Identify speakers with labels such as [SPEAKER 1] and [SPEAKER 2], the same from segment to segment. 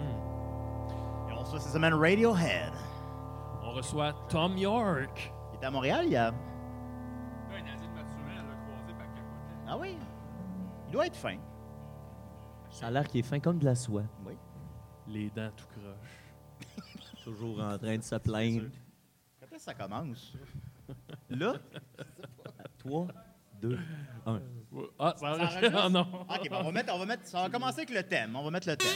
[SPEAKER 1] Hmm.
[SPEAKER 2] reçoit cette semaine Radiohead.
[SPEAKER 1] On reçoit Tom York.
[SPEAKER 2] Il était à Montréal il y a.
[SPEAKER 3] Là, Nadine Mathurin, elle l'a croisé par capoter.
[SPEAKER 2] Ah oui? Il doit être fin.
[SPEAKER 4] Ça a l'air qu'il est fin comme de la soie.
[SPEAKER 2] Oui.
[SPEAKER 1] Les dents tout croche.
[SPEAKER 4] Toujours en train de se plaindre.
[SPEAKER 2] Quand est-ce que ça commence? Là?
[SPEAKER 4] 3, 2, 1.
[SPEAKER 1] Ah, ça
[SPEAKER 2] Ça
[SPEAKER 1] enregistre. Ah non.
[SPEAKER 2] OK, bon, on va mettre, on va mettre, ça va commencer avec le thème. On va mettre le thème.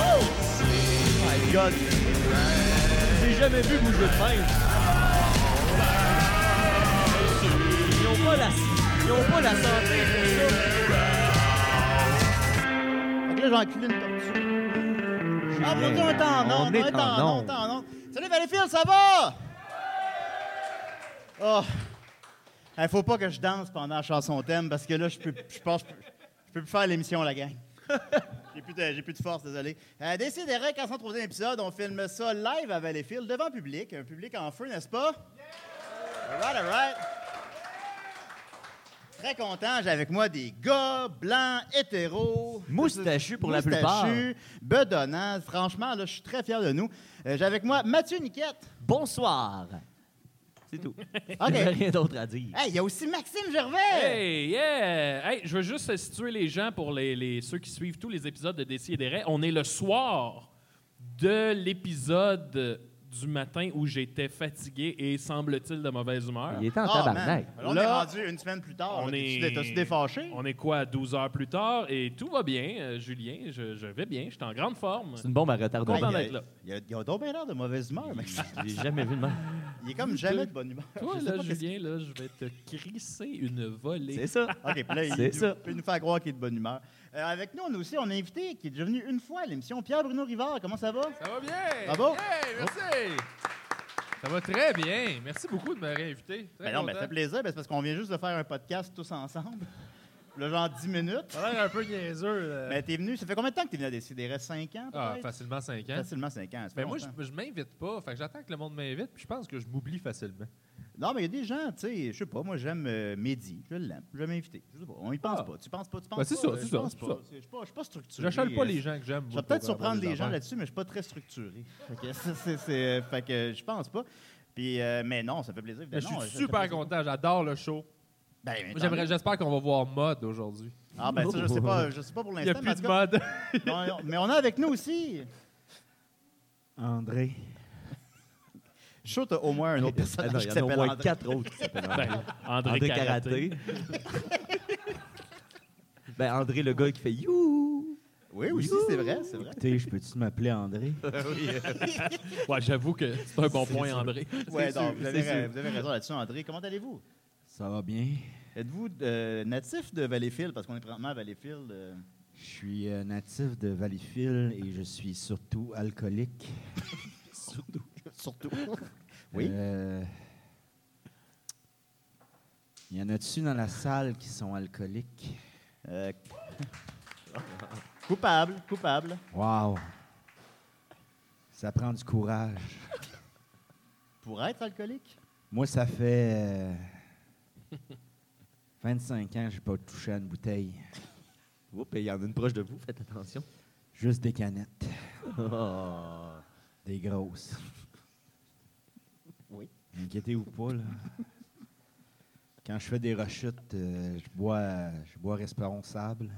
[SPEAKER 4] Oh
[SPEAKER 2] My God!
[SPEAKER 4] J'ai jamais vu bouger de même. Ils n'ont pas la, ils ont pas la santé pour ça.
[SPEAKER 2] Fait que là, j'ai enculé une tortue. Ah, mon Dieu, on est en
[SPEAKER 4] on
[SPEAKER 2] onde,
[SPEAKER 4] est
[SPEAKER 2] on est
[SPEAKER 4] en
[SPEAKER 2] en onde,
[SPEAKER 4] onde.
[SPEAKER 2] on est en onde. Salut Valleyfield, ça va? Oh. Il faut pas que je danse pendant la chanson thème parce que là, je peux, je pense, que je peux, je peux plus faire l'émission, la gang. J'ai plus, de, j'ai plus de force, désolé. Euh, Décidérez, 403e épisode, on filme ça live à Valleyfield devant public. Un public en feu, n'est-ce pas? All right, all right. Très content, j'ai avec moi des gars blancs, hétéros.
[SPEAKER 4] Moustachu pour la plupart.
[SPEAKER 2] Moustachu, bedonnant. Franchement, là, je suis très fier de nous. Euh, j'ai avec moi Mathieu Niquette.
[SPEAKER 4] Bonsoir. C'est tout.
[SPEAKER 2] OK.
[SPEAKER 4] J'ai rien d'autre à dire.
[SPEAKER 2] Hey, il y a aussi Maxime Gervais.
[SPEAKER 1] Hey, yeah! Hey, je veux juste situer les gens pour les, les- ceux qui suivent tous les épisodes de Décis et des Raies. On est le soir de l'épisode du matin où j'étais fatigué et, semble-t-il, de mauvaise humeur.
[SPEAKER 4] Il était en
[SPEAKER 2] Ah,
[SPEAKER 4] tabarnak.
[SPEAKER 2] man. Alors, on
[SPEAKER 1] Là,
[SPEAKER 2] est rendu une semaine plus tard.
[SPEAKER 1] On
[SPEAKER 2] là. T'es-tu
[SPEAKER 1] est-
[SPEAKER 2] dé- T'as-tu défâché?
[SPEAKER 1] On est quoi, 12 heures plus tard? Et tout va bien, euh, Julien. Je, je vais bien. Je suis en grande forme.
[SPEAKER 4] C'est une bombe à retardement.
[SPEAKER 2] Hey,
[SPEAKER 1] content
[SPEAKER 2] il y a-
[SPEAKER 1] d'être là.
[SPEAKER 2] Il y a, il y a donc bien l'air de mauvaise humeur, Maxime.
[SPEAKER 4] J'ai jamais vu de même.
[SPEAKER 2] Il est comme jamais de bonne humeur.
[SPEAKER 1] Toi,
[SPEAKER 2] Je sais
[SPEAKER 1] là,
[SPEAKER 2] pas qu'est-ce
[SPEAKER 1] Julien, là, je vais te crisser une volée.
[SPEAKER 4] C'est ça.
[SPEAKER 2] OK, puis là, il
[SPEAKER 4] C'est
[SPEAKER 2] nous-
[SPEAKER 4] ça.
[SPEAKER 2] peut nous faire croire qu'il est de bonne humeur. Euh, avec nous, on a aussi, on a invité, qui est déjà venu une fois à l'émission, Pierre-Bruno Rivard. Comment ça va?
[SPEAKER 3] Ça va bien?
[SPEAKER 2] Bravo.
[SPEAKER 3] Hey, merci! Ça va très bien. Merci beaucoup de me réinviter. Très
[SPEAKER 2] Ben non, ben, ça
[SPEAKER 3] content.
[SPEAKER 2] fait plaisir, ben, c'est parce qu'on vient juste de faire un podcast tous ensemble. Le genre 10 minutes.
[SPEAKER 3] Ça a l'air un peu niaiseux. là.
[SPEAKER 2] Mais t'es venu, ça fait combien de temps que t'es venu à décider? 5 ans,
[SPEAKER 3] ah,
[SPEAKER 2] peut-être?
[SPEAKER 3] facilement 5 ans.
[SPEAKER 2] Facilement 5 ans. ça fait
[SPEAKER 3] Mais Ben moi,
[SPEAKER 2] longtemps.
[SPEAKER 3] je, je m'invite pas. Fait que j'attends que le monde m'invite, puis je pense que je m'oublie facilement.
[SPEAKER 2] Non, mais il y a des gens, tu sais, je sais pas, moi j'aime euh, Mehdi, je l'aime, je vais m'inviter. Je sais pas, on y pense
[SPEAKER 3] Ah.
[SPEAKER 2] pas. Tu penses pas, tu
[SPEAKER 3] Ben,
[SPEAKER 2] penses pas.
[SPEAKER 3] c'est ça,
[SPEAKER 2] euh,
[SPEAKER 3] c'est
[SPEAKER 2] je
[SPEAKER 3] ça,
[SPEAKER 2] pense
[SPEAKER 3] c'est
[SPEAKER 2] pas.
[SPEAKER 3] ça.
[SPEAKER 2] C'est- Je suis pas, je suis pas
[SPEAKER 3] Je
[SPEAKER 2] structuré.
[SPEAKER 3] n'achale pas
[SPEAKER 2] euh,
[SPEAKER 3] les gens que j'aime.
[SPEAKER 2] Je
[SPEAKER 3] moi,
[SPEAKER 2] vais peut-être
[SPEAKER 3] pour avoir
[SPEAKER 2] surprendre
[SPEAKER 3] des
[SPEAKER 2] les gens
[SPEAKER 3] affaires.
[SPEAKER 2] là-dessus, mais je suis pas très structuré. Fait que ça, c'est- c'est- euh, fait que je pense pas. Puis, euh, mais non, ça fait plaisir.
[SPEAKER 3] Mais Ben, je suis
[SPEAKER 2] Non, ça fait
[SPEAKER 3] super
[SPEAKER 2] plaisir.
[SPEAKER 3] content. J'adore le show.
[SPEAKER 2] Ben, mais tant
[SPEAKER 3] J'aimerais-
[SPEAKER 2] mieux.
[SPEAKER 3] J'espère qu'on va voir mode aujourd'hui.
[SPEAKER 2] Ah ben ça, je sais pas, je sais pas pour
[SPEAKER 3] Il n'y a
[SPEAKER 2] l'instant. mais en
[SPEAKER 3] plus
[SPEAKER 2] tout
[SPEAKER 3] de
[SPEAKER 2] cas,
[SPEAKER 3] mode.
[SPEAKER 2] on- on- Mais on a avec nous aussi.
[SPEAKER 4] André.
[SPEAKER 2] Je suis sûr que t'as au moins un autre personnage
[SPEAKER 4] non, il y en
[SPEAKER 2] qui
[SPEAKER 4] a au
[SPEAKER 2] s'appelle
[SPEAKER 4] moins
[SPEAKER 2] André.
[SPEAKER 4] quatre autres qui s'appellent André.
[SPEAKER 1] Ben, André,
[SPEAKER 4] André
[SPEAKER 1] Karaté.
[SPEAKER 4] Karaté. ben, André, le gars qui fait you.
[SPEAKER 2] Oui, aussi, c'est vrai, c'est vrai.
[SPEAKER 5] Écoutez, je peux-tu m'appeler André?
[SPEAKER 1] Ouais, j'avoue que c'est un bon point, André.
[SPEAKER 2] Ouais,
[SPEAKER 5] sûr,
[SPEAKER 2] donc, vous, avez,
[SPEAKER 5] c'est
[SPEAKER 2] ra-
[SPEAKER 5] sûr.
[SPEAKER 2] vous avez raison là-dessus, André. Comment allez-vous?
[SPEAKER 5] Ça va bien?
[SPEAKER 2] Êtes-vous euh, natif de Valleyfield? Parce qu'on est présentement à Valleyfield. euh.
[SPEAKER 5] Je suis euh, natif de Valleyfield et je suis surtout alcoolique.
[SPEAKER 2] Surtout. Oui.
[SPEAKER 5] Euh, y en a-tu dans la salle qui sont alcooliques?
[SPEAKER 2] Euh, coupable, coupable.
[SPEAKER 5] Wow! Ça prend du courage.
[SPEAKER 2] Pour être alcoolique?
[SPEAKER 5] Moi, ça fait euh, 25 ans que je pas touché à une bouteille.
[SPEAKER 4] Oups, il y en a une proche de vous, faites attention.
[SPEAKER 5] Juste des canettes.
[SPEAKER 4] Oh.
[SPEAKER 5] Des grosses.
[SPEAKER 2] Oui.
[SPEAKER 5] Inquiétez-vous pas, là. Quand je fais des rechutes, euh, je bois je bois responsable.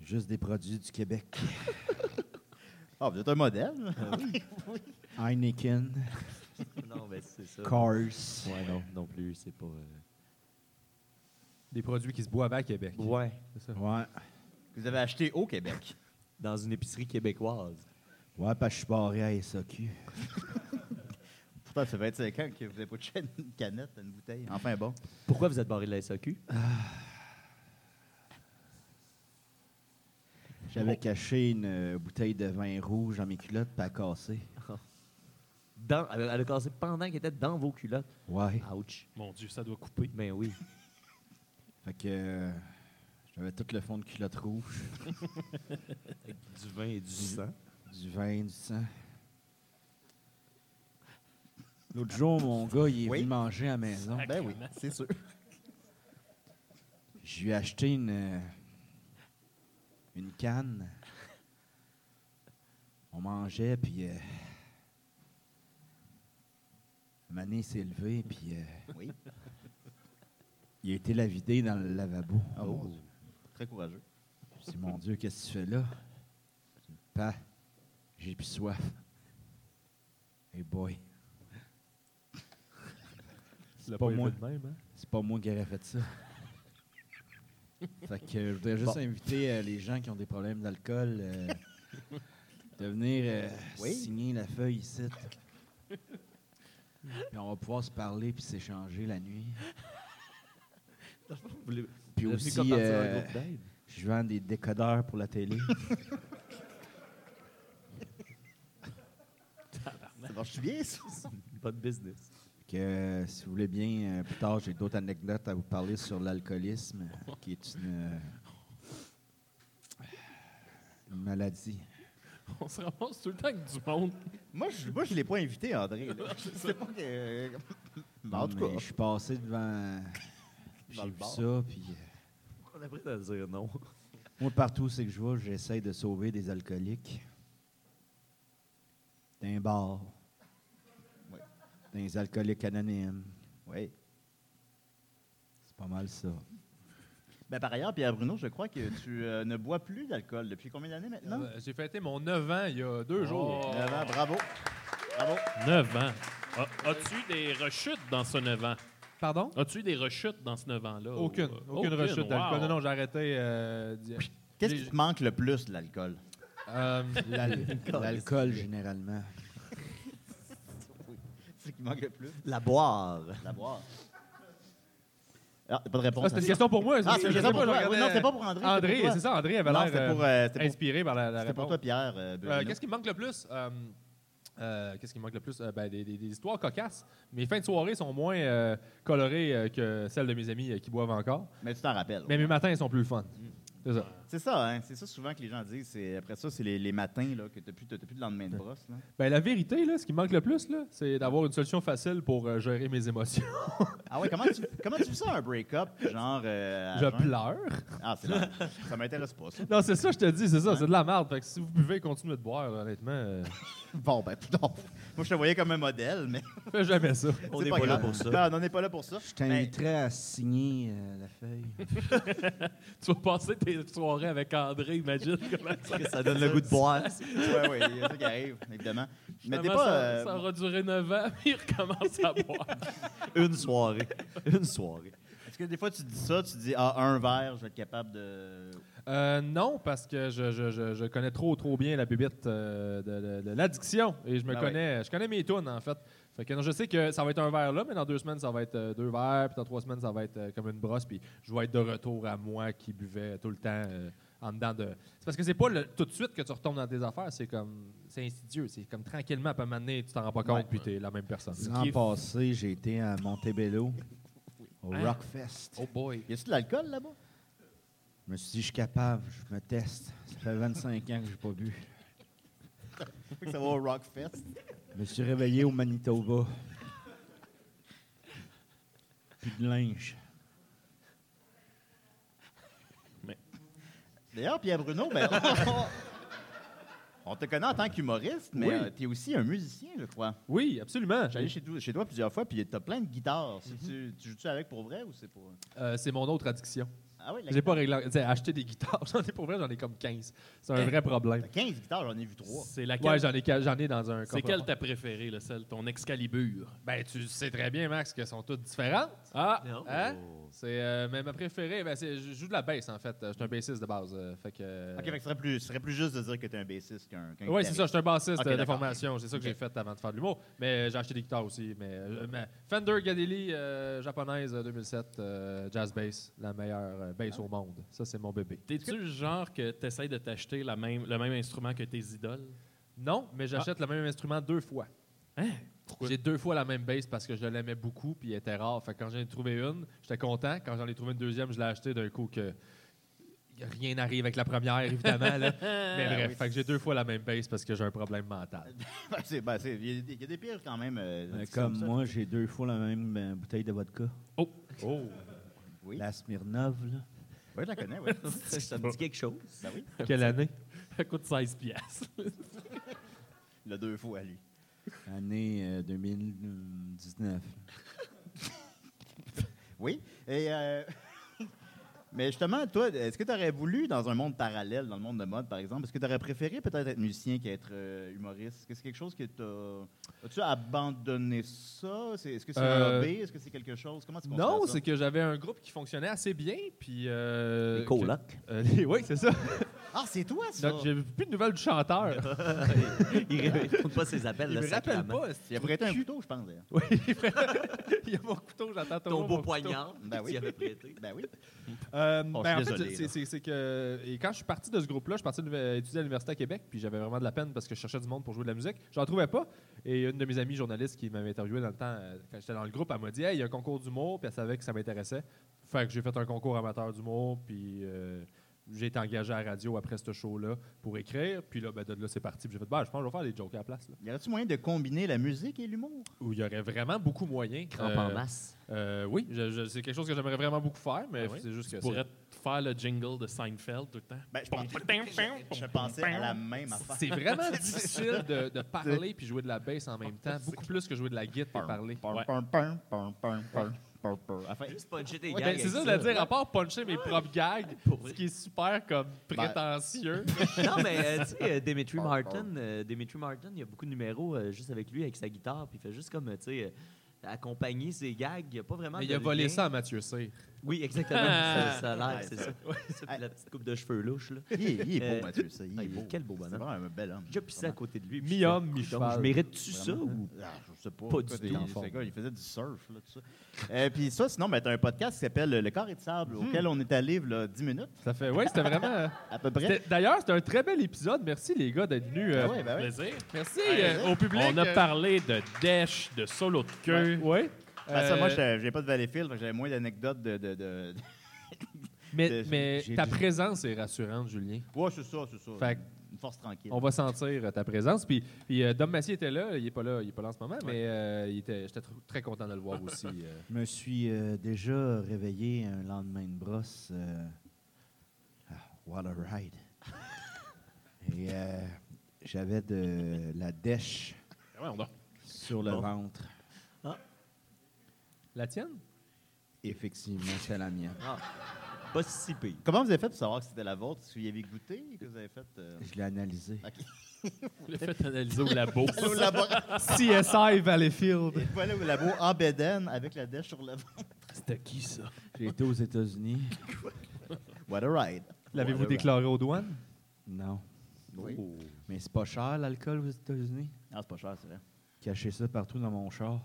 [SPEAKER 5] Juste des produits du Québec. Ah
[SPEAKER 2] Ah, vous êtes un modèle.
[SPEAKER 5] Heineken,
[SPEAKER 4] Non, mais c'est ça.
[SPEAKER 5] Cars.
[SPEAKER 4] Ouais, non, non plus, c'est pas. euh,
[SPEAKER 3] Des produits qui se boivent à Québec.
[SPEAKER 4] Ouais.
[SPEAKER 3] C'est ça.
[SPEAKER 5] Ouais.
[SPEAKER 2] que vous avez acheté au Québec.
[SPEAKER 4] Dans une épicerie québécoise.
[SPEAKER 5] Ouais, parce que je suis barré à SAQ.
[SPEAKER 2] Pourtant, ça fait 25 ans que vous n'avez pas touché à une canette, à une bouteille. Enfin bon.
[SPEAKER 4] Pourquoi vous êtes barré de la SAQ?
[SPEAKER 5] J'avais caché une euh, bouteille de vin rouge dans mes culottes, pas cassé.
[SPEAKER 4] Dans- elle, a- elle a cassé pendant qu'elle était dans vos culottes.
[SPEAKER 5] Ouais.
[SPEAKER 4] Ouch.
[SPEAKER 1] Mon Dieu, ça doit couper.
[SPEAKER 4] Ben oui.
[SPEAKER 5] Fait que euh, j'avais tout le fond de culotte rouge,
[SPEAKER 4] Du vin et du sang.
[SPEAKER 5] du vin, du sang. L'autre jour, mon gars, il est
[SPEAKER 2] Oui.
[SPEAKER 5] venu manger à la maison.
[SPEAKER 1] Sac.
[SPEAKER 2] Ben oui, c'est sûr.
[SPEAKER 5] Je lui ai acheté une, euh, une canne. On mangeait, puis... Euh, Mané s'est levé, puis... euh,
[SPEAKER 2] Oui.
[SPEAKER 5] Il a été la vider dans le lavabo. Oh.
[SPEAKER 2] Ah, mon
[SPEAKER 4] Oh.
[SPEAKER 2] Dieu. Très courageux.
[SPEAKER 5] Je dis, mon Dieu, qu'est-ce que tu fais là? Je dis, Pa, j'ai plus soif. Hey boy,
[SPEAKER 3] C'est
[SPEAKER 5] pas moi.
[SPEAKER 3] de même, hein?
[SPEAKER 5] c'est pas moi qui aurais fait ça. fait que euh, je voudrais juste inviter euh, les gens qui ont des problèmes d'alcool euh, de venir euh,
[SPEAKER 2] Oui.
[SPEAKER 5] signer la feuille ici. Puis on va pouvoir se parler puis s'échanger la nuit. Puis aussi, euh, je vends des décodeurs pour la télé.
[SPEAKER 2] Ça marche bien, ça.
[SPEAKER 4] Bonne business.
[SPEAKER 5] que euh, si vous voulez bien, euh, plus tard, j'ai d'autres anecdotes à vous parler sur l'alcoolisme, euh, qui est une, euh, une maladie.
[SPEAKER 1] On se ramasse tout le temps avec du monde.
[SPEAKER 2] Moi, je moi, je l'ai pas invité, André. là. Je sais pas que. Mais Ben, en tout
[SPEAKER 5] Non, mais
[SPEAKER 2] cas.
[SPEAKER 5] Je suis passé devant. J'ai
[SPEAKER 2] le
[SPEAKER 5] vu
[SPEAKER 2] bar.
[SPEAKER 5] ça, puis. euh,
[SPEAKER 4] On a prêt à dire non.
[SPEAKER 5] Moi, partout où c'est que je vais, j'essaie de sauver des alcooliques. D'un bar.
[SPEAKER 2] Ouais.
[SPEAKER 5] Des alcooliques anonymes.
[SPEAKER 2] Oui.
[SPEAKER 5] C'est pas mal ça.
[SPEAKER 2] Ben, par ailleurs, Pierre Bruno, je crois que tu euh, ne bois plus d'alcool depuis combien d'années maintenant?
[SPEAKER 3] Euh, J'ai fêté mon 9 ans il y a deux
[SPEAKER 1] Oh.
[SPEAKER 3] jours.
[SPEAKER 2] Neuf ans, bravo. Bravo.
[SPEAKER 1] 9 ans. A- As-tu eu des rechutes dans ce 9 ans?
[SPEAKER 3] Pardon?
[SPEAKER 1] As-tu eu des rechutes dans ce 9 ans-là?
[SPEAKER 3] Aucune.
[SPEAKER 1] Ou, euh,
[SPEAKER 3] Aucune, rechute
[SPEAKER 1] wow.
[SPEAKER 3] d'alcool. Non, non, j'ai arrêté. euh, d'y-
[SPEAKER 2] Qu'est-ce
[SPEAKER 3] J'ai-
[SPEAKER 2] qui te manque le plus de l'alcool?
[SPEAKER 3] Euh,
[SPEAKER 5] L'al- L'alcool, généralement.
[SPEAKER 2] Ce qui manque le plus?
[SPEAKER 4] La boire.
[SPEAKER 2] La boire. Ah, pas de réponse.
[SPEAKER 3] ah, c'était une question pour moi.
[SPEAKER 2] Ah, c'est une
[SPEAKER 3] je sais
[SPEAKER 2] question
[SPEAKER 3] pas,
[SPEAKER 2] pour
[SPEAKER 3] je
[SPEAKER 2] toi.
[SPEAKER 3] regardais-
[SPEAKER 2] Oui, non, c'était pas pour André, c'était pour
[SPEAKER 3] André,
[SPEAKER 2] toi.
[SPEAKER 3] c'est ça, André avait
[SPEAKER 2] Non,
[SPEAKER 3] l'air
[SPEAKER 2] c'était pour,
[SPEAKER 3] euh,
[SPEAKER 2] euh, c'était pour,
[SPEAKER 3] inspiré par la, la
[SPEAKER 2] c'était pour
[SPEAKER 3] réponse.
[SPEAKER 2] toi, Pierre. euh,
[SPEAKER 3] Euh,
[SPEAKER 2] Bruno.
[SPEAKER 3] Qu'est-ce qui me manque le plus? Euh, euh, Qu'est-ce qui me manque le plus? Euh, ben, des, des- des histoires cocasses. Mes fins de soirée sont moins euh, colorées euh, que celles de mes amis euh, qui boivent encore.
[SPEAKER 2] Mais tu t'en rappelles.
[SPEAKER 3] Mais mes matins, ils sont plus fun. C'est ça.
[SPEAKER 2] C'est ça, hein? C'est ça souvent que les gens disent. c'est- Après ça, c'est les, les matins là, que tu n'as plus, t'as- t'as plus de lendemain de brosse. là.
[SPEAKER 3] Ben, la vérité, là, ce qui me manque le plus, là, c'est d'avoir une solution facile pour euh, gérer mes émotions.
[SPEAKER 2] Ah ouais, comment tu, comment tu vis ça un break-up? Genre. euh, à
[SPEAKER 3] je
[SPEAKER 2] jeun?
[SPEAKER 3] pleure.
[SPEAKER 2] Ah, c'est normal. Ça m'intéresse pas, ça.
[SPEAKER 3] Non, c'est ça, je te dis, c'est ça, c'est de la merde. Fait que si vous buvez, continuez de boire, là, honnêtement. euh,
[SPEAKER 2] Bon, ben, putain. Moi, je te voyais comme un modèle, mais.
[SPEAKER 3] fais jamais ça.
[SPEAKER 4] On
[SPEAKER 2] c'est
[SPEAKER 4] n'est pas, là
[SPEAKER 2] grave.
[SPEAKER 4] pour ça.
[SPEAKER 2] Non, on n'est pas là pour ça. Ben,
[SPEAKER 5] Je t'inviterais à signer euh, la feuille.
[SPEAKER 1] Tu vas passer tes soirées avec André, imagine comment ça...
[SPEAKER 4] Ça donne le goût de boire.
[SPEAKER 2] Oui, oui, c'est ça qui arrive, évidemment. Mais t'es
[SPEAKER 1] Finalement,
[SPEAKER 2] pas.
[SPEAKER 1] ça,
[SPEAKER 2] euh,
[SPEAKER 1] ça aura duré 9 ans, puis il recommence à boire.
[SPEAKER 4] Une soirée. Une soirée.
[SPEAKER 2] Est-ce que des fois, tu dis ça, tu dis, ah, un verre, je vais être capable de.
[SPEAKER 3] Euh, non, parce que je, je- je- je connais trop, trop bien la bibite euh, de, de- de l'addiction. Et je me
[SPEAKER 2] Ah ouais.
[SPEAKER 3] connais, je connais mes tunes, en fait. Fait que non, je sais que ça va être un verre là, mais dans deux semaines, ça va être euh, deux verres, puis dans trois semaines, ça va être euh, comme une brosse, puis je vais être de retour à moi qui buvais tout le temps euh, en dedans de. C'est parce que c'est pas le- tout de suite que tu retombes dans tes affaires, c'est comme. C'est insidieux, c'est comme tranquillement, pas donné, tu t'en rends pas compte, puis t'es la même personne.
[SPEAKER 5] L'an
[SPEAKER 1] qui est-
[SPEAKER 5] passé, j'ai été à Montebello, au
[SPEAKER 2] Ah.
[SPEAKER 1] Hein?
[SPEAKER 5] Rockfest.
[SPEAKER 3] Oh boy!
[SPEAKER 2] Y a-tu de l'alcool là-bas?
[SPEAKER 5] Je me suis dit, je suis capable, je me teste. Ça fait 25 ans que je n'ai pas bu.
[SPEAKER 2] Fait que Ça va au Rockfest.
[SPEAKER 5] Je me suis réveillé au Manitoba. Plus de linge.
[SPEAKER 2] D'ailleurs, Pierre Bruno, ben, on, te connaît en tant qu'humoriste, mais
[SPEAKER 3] Oui.
[SPEAKER 2] euh, t'es aussi un musicien, je crois.
[SPEAKER 3] Oui, absolument! Mhm.
[SPEAKER 2] J'allais chez, toi- chez toi plusieurs fois, puis t'as plein de guitares. C'est- tu, tu joues-tu avec pour vrai ou c'est pour.
[SPEAKER 3] Euh, c'est mon autre addiction.
[SPEAKER 2] Ah oui, la
[SPEAKER 3] J'ai pas réglé. tu sais, acheter des guitares, j'en ai pour vrai, j'en ai comme 15. C'est un vrai problème.
[SPEAKER 2] Eh, T'as 15 guitares, j'en ai vu 3.
[SPEAKER 1] C'est laquelle?
[SPEAKER 3] Ouais, j'en ai, ca- j'en ai dans un
[SPEAKER 1] c'est
[SPEAKER 3] coffre-fort.
[SPEAKER 1] quelle ta préférée, là, celle, ton Excalibur?
[SPEAKER 3] Ben, tu sais très bien, Max, qu'elles sont toutes différentes.
[SPEAKER 1] Ah!
[SPEAKER 4] Non.
[SPEAKER 3] Hein? C'est, euh, mais ma préférée, ben, c'est, je joue de la bass, en fait. Je suis un bassiste de base. euh, fait que,
[SPEAKER 2] Ok, fait que ce serait plus, ce serait plus juste de dire que t'es un bassiste qu'un. qu'un
[SPEAKER 3] Oui, c'est ça, je
[SPEAKER 2] guitariste.
[SPEAKER 3] suis un bassiste
[SPEAKER 2] Ok,
[SPEAKER 3] euh, de
[SPEAKER 2] d'accord.
[SPEAKER 3] formation. C'est ça que
[SPEAKER 2] Ok.
[SPEAKER 3] j'ai fait avant de faire de l'humour. Mais j'ai acheté des guitares aussi. Mais, euh, mais Fender Gadeli, euh, japonaise euh, 2007, euh, jazz bass, la meilleure euh,
[SPEAKER 2] Ah.
[SPEAKER 3] baisse au monde. Ça, c'est mon bébé.
[SPEAKER 1] T'es-tu le genre que t'essayes de t'acheter la même, le même instrument que tes idoles? Ah,
[SPEAKER 3] Non, mais j'achète le même instrument deux fois.
[SPEAKER 1] Hein?
[SPEAKER 3] J'ai deux fois la même bass parce que je l'aimais beaucoup puis elle était rare. Fait que quand j'en ai trouvé une, j'étais content. Quand j'en ai trouvé une deuxième, je l'ai acheté d'un coup que rien n'arrive avec la première, évidemment. là. Mais bref, fait que j'ai deux fois la même bass parce que j'ai un problème mental.
[SPEAKER 2] Ben, c'est- ben, c'est- Il y a des- il y a des pires quand même. euh,
[SPEAKER 5] Ben,
[SPEAKER 2] qui sont
[SPEAKER 5] Comme
[SPEAKER 2] ça.
[SPEAKER 5] moi, j'ai deux fois la même euh, bouteille de vodka.
[SPEAKER 3] Oh!
[SPEAKER 2] Oui.
[SPEAKER 5] La Smirnov, là.
[SPEAKER 2] Oui, je la connais, oui.
[SPEAKER 4] Ça me dit quelque chose.
[SPEAKER 2] Ben oui,
[SPEAKER 3] Quelle année?
[SPEAKER 1] Ça coûte 16 piastres.
[SPEAKER 2] il a deux fois, lui.
[SPEAKER 5] Année euh, 2019.
[SPEAKER 2] Oui. Et, euh, Mais justement, toi, est-ce que tu aurais voulu, dans un monde parallèle, dans le monde de mode, par exemple, est-ce que tu aurais préféré peut-être être musicien qu'être euh, humoriste? Est-ce que c'est quelque chose que t'as... As-tu abandonné ça? C'est- Est-ce que c'est un
[SPEAKER 3] Euh,
[SPEAKER 2] hobby? Est-ce que c'est quelque chose? Comment tu considères
[SPEAKER 3] Non,
[SPEAKER 2] ça?
[SPEAKER 3] c'est que j'avais un groupe qui fonctionnait assez bien. Puis. euh,
[SPEAKER 5] Les colocs.
[SPEAKER 3] que- euh, les- oui, c'est ça.
[SPEAKER 2] Ah, c'est toi, ça!
[SPEAKER 3] Donc, j'ai plus de nouvelles du chanteur.
[SPEAKER 4] Il ne répond pas ses appels,
[SPEAKER 3] Il
[SPEAKER 4] le
[SPEAKER 3] me rappelle
[SPEAKER 4] sacrament.
[SPEAKER 3] pas.
[SPEAKER 2] Il a prêté un couteau, je pense, d'ailleurs.
[SPEAKER 3] Oui, il y a mon couteau, j'attends toujours
[SPEAKER 4] Ton
[SPEAKER 3] mon
[SPEAKER 4] beau
[SPEAKER 3] couteau.
[SPEAKER 4] poignard
[SPEAKER 2] Ben oui.
[SPEAKER 4] qu'il avait prêté.
[SPEAKER 2] Ben oui.
[SPEAKER 3] Euh,
[SPEAKER 2] Oh,
[SPEAKER 3] ben, en
[SPEAKER 2] je suis
[SPEAKER 3] fait,
[SPEAKER 2] désolé,
[SPEAKER 3] c'est-
[SPEAKER 2] là.
[SPEAKER 3] c'est c'est que et quand je suis parti de ce groupe-là, je suis parti de- euh, étudier à l'université à Québec, puis j'avais vraiment de la peine parce que je cherchais du monde pour jouer de la musique. Je n'en trouvais pas. Et une de mes amies journalistes qui m'avait interviewé dans le temps, euh, quand j'étais dans le groupe, elle m'a dit Hey, il y a un concours d'humour, puis elle savait que ça m'intéressait. Fait que j'ai fait un concours amateur d'humour, puis euh, j'ai été engagé à la radio après ce show-là pour écrire. Puis là, ben, de là, c'est parti. Puis j'ai fait bah, Je pense que je vais faire des jokes à la place. là.
[SPEAKER 2] Y aurait-tu moyen de combiner la musique et l'humour?
[SPEAKER 3] Où il y aurait vraiment beaucoup moyen.
[SPEAKER 4] Crampe
[SPEAKER 3] Euh,
[SPEAKER 4] en masse.
[SPEAKER 3] euh, oui, je- je- c'est quelque chose que j'aimerais vraiment beaucoup faire, mais
[SPEAKER 1] Ah oui?
[SPEAKER 3] c'est juste que
[SPEAKER 1] Tu
[SPEAKER 3] c'est-
[SPEAKER 1] pourrais te faire le jingle de Seinfeld tout le temps.
[SPEAKER 2] Ben, je, pense- je pensais à la même affaire.
[SPEAKER 3] C'est vraiment difficile de, de parler puis jouer de la bass en même temps, beaucoup plus que jouer de la guitare et parler.
[SPEAKER 2] Pum,
[SPEAKER 1] Ouais.
[SPEAKER 2] pum, pum, pum, pum, pum, pum, pum. Enfin,
[SPEAKER 4] Juste puncher tes
[SPEAKER 2] Ouais,
[SPEAKER 4] gags
[SPEAKER 3] Ben, c'est
[SPEAKER 4] avec Ah,
[SPEAKER 3] ça de dire, à part puncher mes propres gags,
[SPEAKER 4] Pour vrai.
[SPEAKER 3] ce qui est super comme
[SPEAKER 2] Ben-
[SPEAKER 3] prétentieux.
[SPEAKER 4] Non, mais euh, tu sais, euh, Dimitri Martin, euh, Dimitri Martin, il y a beaucoup de numéros euh, juste avec lui, avec sa guitare, puis il fait juste comme, euh, tu sais, euh, accompagner ses gags. Il n'y a pas vraiment.
[SPEAKER 3] Mais il
[SPEAKER 4] de
[SPEAKER 3] a volé
[SPEAKER 4] lien.
[SPEAKER 3] ça à Mathieu C.
[SPEAKER 4] Oui, exactement. ça, ça a
[SPEAKER 2] Ouais,
[SPEAKER 4] l'air, c'est ça. Ça, puis La petite coupe de cheveux louche, là.
[SPEAKER 2] il, est, il est
[SPEAKER 4] Euh,
[SPEAKER 2] beau, Mathieu, ça. Il
[SPEAKER 4] ah,
[SPEAKER 2] est
[SPEAKER 4] il est-
[SPEAKER 2] beau.
[SPEAKER 4] quel beau
[SPEAKER 2] C'est
[SPEAKER 4] bonhomme.
[SPEAKER 2] vraiment un bel homme.
[SPEAKER 4] J'ai déjà pissé à côté de lui. puis
[SPEAKER 3] Mi-homme,
[SPEAKER 4] je fais, donc, Je
[SPEAKER 3] mi-cheval.
[SPEAKER 4] mérite-tu ça
[SPEAKER 2] Vraiment,
[SPEAKER 4] ou.
[SPEAKER 2] hein? Ah, je sais pas.
[SPEAKER 4] Pas du
[SPEAKER 2] Écoute,
[SPEAKER 4] tout.
[SPEAKER 2] il-
[SPEAKER 3] En
[SPEAKER 2] ce
[SPEAKER 3] forme.
[SPEAKER 2] gars, il faisait du surf, là, tout ça. Euh, puis ça, sinon, ben, t'as un podcast qui s'appelle Le Corps et de Sable,
[SPEAKER 3] Hmm.
[SPEAKER 2] auquel on est allé, là, 10 minutes,
[SPEAKER 3] Ça fait, oui, c'était vraiment.
[SPEAKER 2] à peu près.
[SPEAKER 3] c'était- D'ailleurs, c'était un très bel épisode. Merci les gars d'être venus. euh,
[SPEAKER 2] Ah ouais, ben ouais.
[SPEAKER 1] Plaisir.
[SPEAKER 3] Merci
[SPEAKER 1] Ouais,
[SPEAKER 3] euh, au public.
[SPEAKER 1] On a
[SPEAKER 3] euh,
[SPEAKER 1] parlé de dèche, de solo de queue.
[SPEAKER 3] Ouais.
[SPEAKER 2] Ben, ça, moi,
[SPEAKER 3] Euh,
[SPEAKER 2] j'étais- j'ai pas de Valleyfield, fait que j'avais moins d'anecdotes de... de, de...
[SPEAKER 3] mais mais
[SPEAKER 5] j'ai
[SPEAKER 3] ta
[SPEAKER 5] dit-
[SPEAKER 3] présence est rassurante, Julien.
[SPEAKER 2] Ouais, c'est ça, c'est ça.
[SPEAKER 3] Fait que-
[SPEAKER 2] Une force tranquille.
[SPEAKER 3] On va sentir euh, ta présence. Puis, puis, euh, Dom Massy était là. Il n'est pas là, il est pas là en ce moment, mais euh, il était- j'étais tr- très content de le voir aussi. euh.
[SPEAKER 5] Je me suis euh, déjà réveillé un lendemain de brosse. euh, ah, what a ride. Et euh, j'avais de la dèche
[SPEAKER 1] Ouais, on dort.
[SPEAKER 5] sur le
[SPEAKER 4] Bon.
[SPEAKER 5] ventre.
[SPEAKER 3] La tienne?
[SPEAKER 5] Effectivement, c'est la mienne.
[SPEAKER 4] Ah, pas si pire.
[SPEAKER 2] Comment vous avez fait pour savoir que c'était la vôtre? Est-ce que vous y avez goûté? Que vous avez fait... euh,
[SPEAKER 5] Je l'ai analysé.
[SPEAKER 1] Vous l'avez fait analyser au labo.
[SPEAKER 2] au labo-
[SPEAKER 3] CSI Valleyfield.
[SPEAKER 2] Il faut aller au labo en bédaine avec la dèche sur le ventre.
[SPEAKER 1] C'était qui, ça?
[SPEAKER 5] J'ai été aux États-Unis.
[SPEAKER 2] What a ride.
[SPEAKER 3] L'avez-vous
[SPEAKER 2] Voilà.
[SPEAKER 3] déclaré aux douanes?
[SPEAKER 5] Non. Oh.
[SPEAKER 2] Oui.
[SPEAKER 5] Mais c'est pas cher, l'alcool, aux États-Unis.
[SPEAKER 2] Ah, c'est pas cher, c'est vrai.
[SPEAKER 5] Cacher ça partout dans mon char.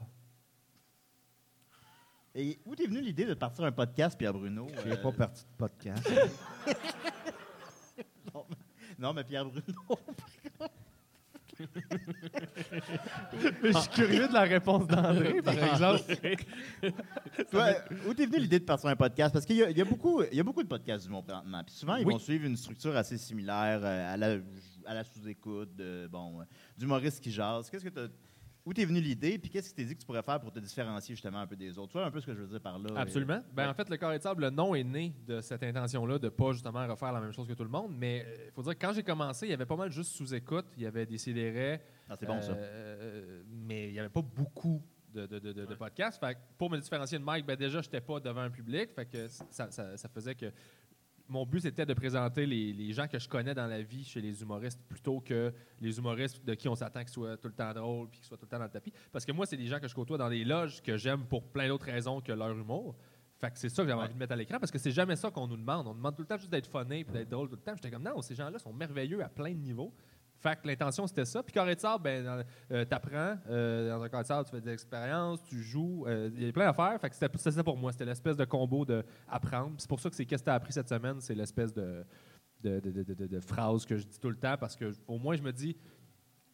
[SPEAKER 2] Et où t'es venu l'idée de partir un podcast, Pierre-Bruno?
[SPEAKER 5] J'ai
[SPEAKER 2] Euh,
[SPEAKER 5] pas parti de podcast.
[SPEAKER 2] non, mais- Non, mais Pierre-Bruno...
[SPEAKER 3] Je suis curieux de la réponse d'André, par
[SPEAKER 1] Ah,
[SPEAKER 3] exemple.
[SPEAKER 2] Toi, où t'es venu l'idée de partir un podcast? Parce qu'il y, a- il y a beaucoup il y a beaucoup de podcasts du monde présentement. Puis souvent, ils
[SPEAKER 3] Oui.
[SPEAKER 2] vont suivre une structure assez similaire euh, à la, à la sous-écoute, de, bon, euh, d'humoristes qui jasent. Qu'est-ce que t'as- Où t'es venu l'idée? Puis qu'est-ce que t'es dit que tu pourrais faire pour te différencier justement un peu des autres? Tu vois un peu ce que je veux dire par là? euh,
[SPEAKER 3] Absolument. Ben, En fait, le corps et de sable, le nom est né de cette intention-là de pas justement refaire la même chose que tout le monde. Mais il faut dire que quand j'ai commencé, il y avait pas mal juste sous-écoute. Il y avait des CDR,
[SPEAKER 2] Ah, c'est bon, ça.
[SPEAKER 3] Euh, mais il n'y avait pas beaucoup de, de- de- de- de podcasts. Fait que pour me différencier de Mike, ben déjà, je n'étais pas devant un public. Fait que ça, ça- ça faisait que mon but, c'était de présenter les, les gens que je connais dans la vie chez les humoristes plutôt que les humoristes de qui on s'attend qu'ils soient tout le temps drôles puis qu'ils soient tout le temps dans le tapis. Parce que moi, c'est des gens que je côtoie dans des loges que j'aime pour plein d'autres raisons que leur humour. Fait que c'est ça que j'avais envie de mettre à l'écran parce que c'est jamais ça qu'on nous demande. On demande tout le temps juste d'être funné puis d'être drôle tout le temps. J'étais comme non, ces gens-là sont merveilleux à plein de niveaux. Fait que l'intention, c'était ça. Puis carré de sable, ben, dans- euh, t'apprends. euh, dans un carré de sable, tu fais des expériences, tu joues. euh, Il y a plein d'affaires. Fait que c'était c'était ça pour moi. C'était l'espèce de combo de apprendre. C'est pour ça que c'est qu'est-ce que t'as appris cette semaine. C'est l'espèce de, de, de- de- de- de- de phrase que je dis tout le temps parce que au moins, je me dis,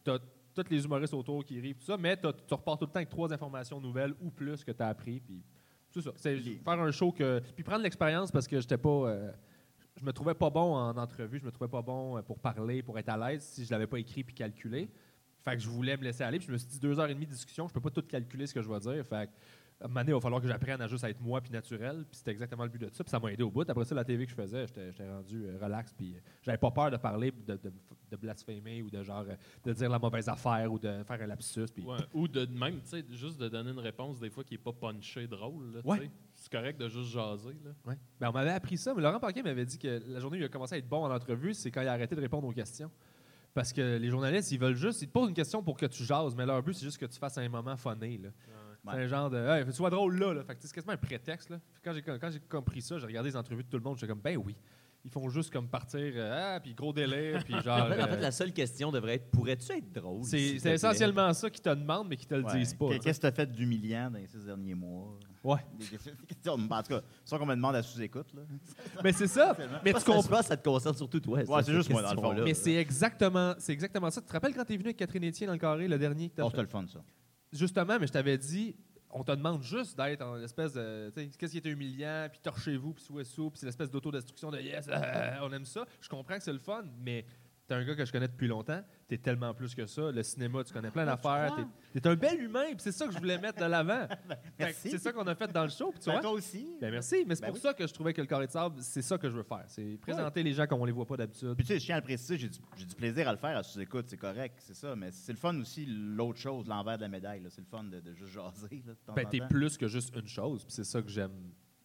[SPEAKER 3] t'as tous les humoristes autour qui rient, tout ça, mais t'as- tu repars tout le temps avec trois informations nouvelles ou plus que t'as appris. Puis c'est ça. C'est faire un show que. Puis prendre l'expérience parce que j'étais pas. euh, je me trouvais pas bon en entrevue, je me trouvais pas bon euh, pour parler, pour être à l'aise si je l'avais pas écrit puis calculé. Fait que je voulais me laisser aller. Puis je me suis dit deux heures et demie de discussion, je peux pas tout calculer ce que je vais dire. Fait que, à un moment donné, il va falloir que j'apprenne à juste être moi puis naturel. Puis c'était exactement le but de ça. Puis ça m'a aidé au bout. Après ça, la TV que je faisais, j'étais j'étais rendu euh, relax. Puis euh, j'avais pas peur de parler, de, de, de blasphémer ou de genre euh, de dire la mauvaise affaire ou de faire un lapsus. Puis
[SPEAKER 1] Ouais, ou de même, tu sais, juste de donner une réponse des fois qui n'est pas punchée drôle. là, tu
[SPEAKER 3] Ouais.
[SPEAKER 1] sais. C'est correct de juste jaser. Là.
[SPEAKER 3] Ouais. Ben, on m'avait appris ça, mais Laurent Paquet m'avait dit que la journée où il a commencé à être bon en entrevue, c'est quand il a arrêté de répondre aux questions. Parce que les journalistes, ils veulent juste, ils te posent une question pour que tu jases, mais leur but, c'est juste que tu fasses un moment funné. là. C'est un genre de, hey, faut que tu sois drôle là. là. Fait que c'est quasiment un prétexte. Là. Fait que Quand j'ai quand j'ai compris ça, j'ai regardé les entrevues de tout le monde, j'étais comme, ben oui. Ils font juste comme partir, euh, ah, puis gros délire, puis genre.
[SPEAKER 4] En fait, en fait,
[SPEAKER 3] euh,
[SPEAKER 4] la seule question devrait être pourrais-tu être drôle s'il
[SPEAKER 3] c'est
[SPEAKER 4] te
[SPEAKER 3] c'est
[SPEAKER 4] plaît?
[SPEAKER 3] essentiellement ça qu'ils te demandent, mais qu'ils te le
[SPEAKER 2] Ouais.
[SPEAKER 3] disent pas.
[SPEAKER 2] Qu'est-
[SPEAKER 3] tu sais.
[SPEAKER 2] Qu'est-ce que tu as fait d'humiliant dans les six derniers mois?
[SPEAKER 3] Ouais.
[SPEAKER 2] Des- des- des questions- En tout cas, sans qu'on me demande à sous-écoute. là.
[SPEAKER 3] Mais c'est ça. mais tu
[SPEAKER 4] Parce que
[SPEAKER 3] comprends.
[SPEAKER 4] je pense que ça te concerne surtout toi.
[SPEAKER 2] Ouais, c'est
[SPEAKER 4] cette
[SPEAKER 2] juste moi, dans le fond.
[SPEAKER 4] question-là.
[SPEAKER 3] Mais c'est exactement, c'est exactement ça. Tu te rappelles quand t'es venu avec Catherine Etier dans le carré, le dernier que t'as
[SPEAKER 2] Oh,
[SPEAKER 3] fait?
[SPEAKER 2] c'était le fun, ça.
[SPEAKER 3] Justement, mais je t'avais dit, on te demande juste d'être en espèce de. tu sais, Qu'est-ce qui était humiliant, puis torchez-vous, puis souhaissez-vous, puis c'est l'espèce d'autodestruction de yes, ah, on aime ça. Je comprends que c'est le fun, mais t'es un gars que je connais depuis longtemps, t'es tellement plus que ça. Le cinéma, tu connais plein
[SPEAKER 2] Ah,
[SPEAKER 3] d'affaires, t'es t'es un bel humain, puis c'est ça que je voulais mettre de l'avant. Fait que
[SPEAKER 2] Ben, merci.
[SPEAKER 3] C'est ça qu'on a fait dans le show, puis tu
[SPEAKER 2] Ben,
[SPEAKER 3] vois.
[SPEAKER 2] toi aussi.
[SPEAKER 3] Ben, merci, mais c'est
[SPEAKER 2] Ben
[SPEAKER 3] pour
[SPEAKER 2] oui.
[SPEAKER 3] ça que je trouvais que le carré de sable, c'est ça que je veux faire. C'est présenter les gens comme on les voit pas d'habitude.
[SPEAKER 2] Puis tu sais, je tiens à le préciser, j'ai du, j'ai du plaisir à le faire à sous-écoute, c'est correct, c'est ça. Mais c'est le fun aussi, l'autre chose, l'envers de la médaille. là. C'est le fun de, de juste jaser. Là, de temps
[SPEAKER 3] Ben,
[SPEAKER 2] en
[SPEAKER 3] t'es
[SPEAKER 2] temps.
[SPEAKER 3] plus que juste une chose, puis c'est ça que j'aime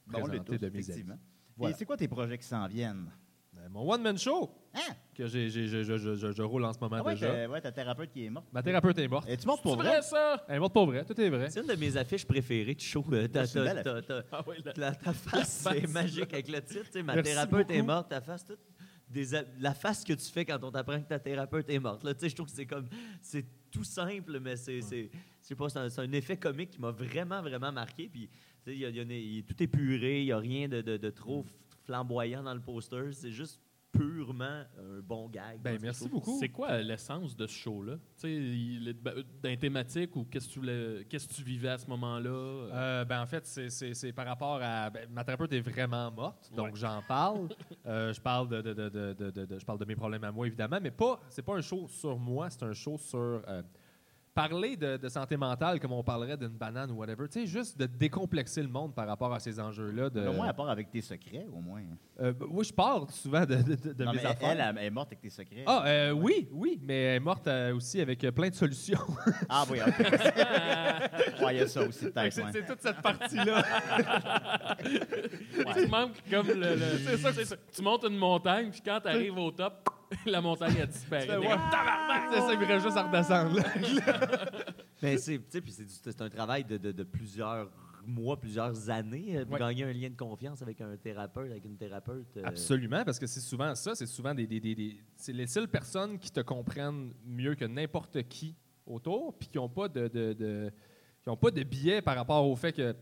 [SPEAKER 2] Bon, on l'est
[SPEAKER 3] présenter
[SPEAKER 2] tous,
[SPEAKER 3] de mes amis.
[SPEAKER 2] effectivement.
[SPEAKER 3] Voilà.
[SPEAKER 2] Et c'est quoi tes projets qui s'en viennent?
[SPEAKER 3] Ben, mon one-man show!
[SPEAKER 2] Hein?
[SPEAKER 3] que j'ai- j'ai- je, je- je- je- je roule en ce moment
[SPEAKER 2] Ah ouais,
[SPEAKER 3] déjà.
[SPEAKER 2] t'as ouais, ta thérapeute qui est morte.
[SPEAKER 3] Ma thérapeute est morte.
[SPEAKER 2] Et tu mortes
[SPEAKER 1] C'est
[SPEAKER 2] pour
[SPEAKER 1] vrai,
[SPEAKER 2] vrai?
[SPEAKER 1] ça?
[SPEAKER 3] Elle est morte pour vrai, tout est vrai.
[SPEAKER 4] C'est une de mes affiches préférées de show. Euh, ta-
[SPEAKER 2] C'est une
[SPEAKER 4] ta-
[SPEAKER 2] belle
[SPEAKER 4] ta- ta-
[SPEAKER 1] Ah oui, là.
[SPEAKER 4] ta- ta face, c'est
[SPEAKER 1] face.
[SPEAKER 4] magique avec le titre. tu sais, ma
[SPEAKER 3] Merci
[SPEAKER 4] thérapeute est
[SPEAKER 3] beaucoup.
[SPEAKER 4] morte, ta face, tout. Des a- la face que tu fais quand on t'apprend que ta thérapeute est morte. Là, tu sais, je trouve que c'est comme. C'est tout simple, mais c'est. c'est- je sais pas, c'est un, c'est un effet comique qui m'a vraiment, vraiment marqué. Puis, tu sais, il y a- il y a une- il est tout épuré, il n'y a rien de, de- de trop flamboyant dans le poster. C'est juste purement un bon gag.
[SPEAKER 3] Ben,
[SPEAKER 4] Moi, je
[SPEAKER 3] merci
[SPEAKER 4] trouve.
[SPEAKER 3] beaucoup.
[SPEAKER 1] C'est quoi l'essence de ce show-là? Tu sais, il est- ben, euh, d'un thématique ou qu'est-ce que tu voulais- qu'est-ce que tu vivais à ce moment-là?
[SPEAKER 3] Euh, ben, en fait, c'est- c'est c'est par rapport à. ben, ma thérapeute est vraiment morte, donc
[SPEAKER 1] Ouais.
[SPEAKER 3] j'en parle. Euh, je, parle de, de- de- de- de- de- de- je parle de mes problèmes à moi, évidemment, mais pas. C'est pas un show sur moi, c'est un show sur. euh, Parler de, de santé mentale comme on parlerait d'une banane ou whatever, tu sais, juste de décomplexer le monde par rapport à ces enjeux-là. De...
[SPEAKER 2] Au moins, à part avec tes secrets, au moins.
[SPEAKER 3] Euh, oui, je parle souvent de, de, de- de
[SPEAKER 2] non,
[SPEAKER 3] mes
[SPEAKER 2] mais elle,
[SPEAKER 3] affaires.
[SPEAKER 2] elle, elle est morte avec tes secrets.
[SPEAKER 3] Ah, euh, oui, oui, mais elle est morte euh, aussi avec euh, plein de solutions.
[SPEAKER 2] Ah oui, ok. ouais, il y a ça
[SPEAKER 3] Fait
[SPEAKER 2] aussi,
[SPEAKER 3] que
[SPEAKER 2] peut-être.
[SPEAKER 3] C'est
[SPEAKER 2] ouais.
[SPEAKER 3] c'est toute cette partie-là.
[SPEAKER 1] Tu manques comme le. le- c'est ça, c'est ça. Tu montes une montagne, puis quand tu arrives au top, la montagne a disparu.
[SPEAKER 3] Ouais. C'est ça, il me reste juste à redescendre. là.
[SPEAKER 4] Mais Ben, c'est, tu sais, puis c'est, du- c'est un travail de, de- de plusieurs mois, plusieurs années euh, pour
[SPEAKER 3] Ouais.
[SPEAKER 4] gagner un lien de confiance avec un thérapeute, avec une thérapeute. euh,
[SPEAKER 3] Absolument, parce que c'est souvent ça. C'est souvent des. des- des- des- c'est les seules personnes qui te comprennent mieux que n'importe qui autour, puis qui n'ont pas de, de, de- qui ont pas de biais par rapport au fait que euh,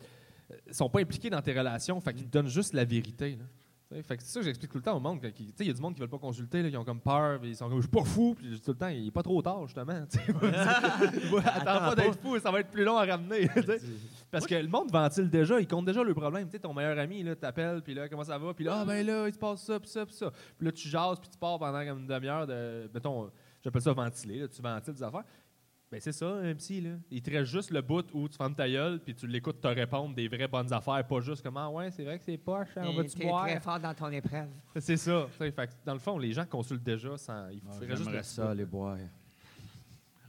[SPEAKER 3] sont pas impliqués dans tes relations, fait qu'ils te donnent juste la vérité. là. Tu sais, Fait que c'est ça que j'explique tout le temps au monde. quand ils- tu sais, Il y a du monde qui veulent pas consulter, là, ils ont comme peur, puis ils sont comme je suis pas fou, puis je dis tout le temps, il est pas trop tard, justement. tu sais. Attends pas d'être fou, ça va être plus long à ramener. tu sais. Parce que le monde ventile déjà, il compte déjà le problème. Tu sais, ton meilleur ami, là, t'appelles, puis là, comment ça va? Puis là, ah ben là, il se passe ça, puis ça, puis ça. Puis là, tu jases, puis tu pars pendant comme une demi-heure de, mettons, j'appelle ça ventiler, là, tu ventiles des affaires. Ben c'est ça, un psy, là. Il te reste juste le bout où tu fermes ta gueule, puis tu l'écoutes te répondre des vraies bonnes affaires, pas juste comme, ah ouais, c'est vrai que c'est poche, hein, on va-tu boire?
[SPEAKER 6] fort dans ton épreuve.
[SPEAKER 3] C'est ça. Tu sais, fait que dans le fond, les gens consultent déjà sans... Il
[SPEAKER 5] Ah,
[SPEAKER 3] faudrait juste
[SPEAKER 5] J'aimerais
[SPEAKER 3] le-
[SPEAKER 5] ça aller boire.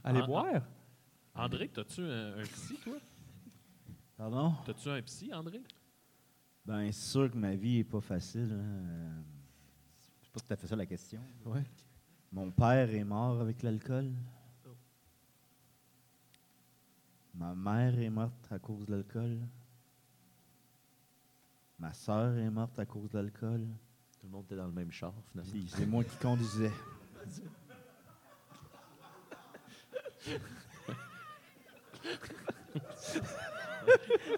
[SPEAKER 3] Aller
[SPEAKER 1] Ah,
[SPEAKER 3] boire?
[SPEAKER 1] André, t'as-tu un, un psy, toi?
[SPEAKER 5] Pardon?
[SPEAKER 1] T'as-tu un psy, André?
[SPEAKER 5] Ben, c'est sûr que ma vie est pas facile. hein. Euh,
[SPEAKER 2] C'est pas tout à fait ça la question.
[SPEAKER 3] Ouais.
[SPEAKER 5] Mon père est mort avec l'alcool. Ma mère est morte à cause de l'alcool. Ma sœur est morte à cause de l'alcool.
[SPEAKER 4] Tout le monde était dans le même char, finalement.
[SPEAKER 5] Puis c'est moi qui conduisais.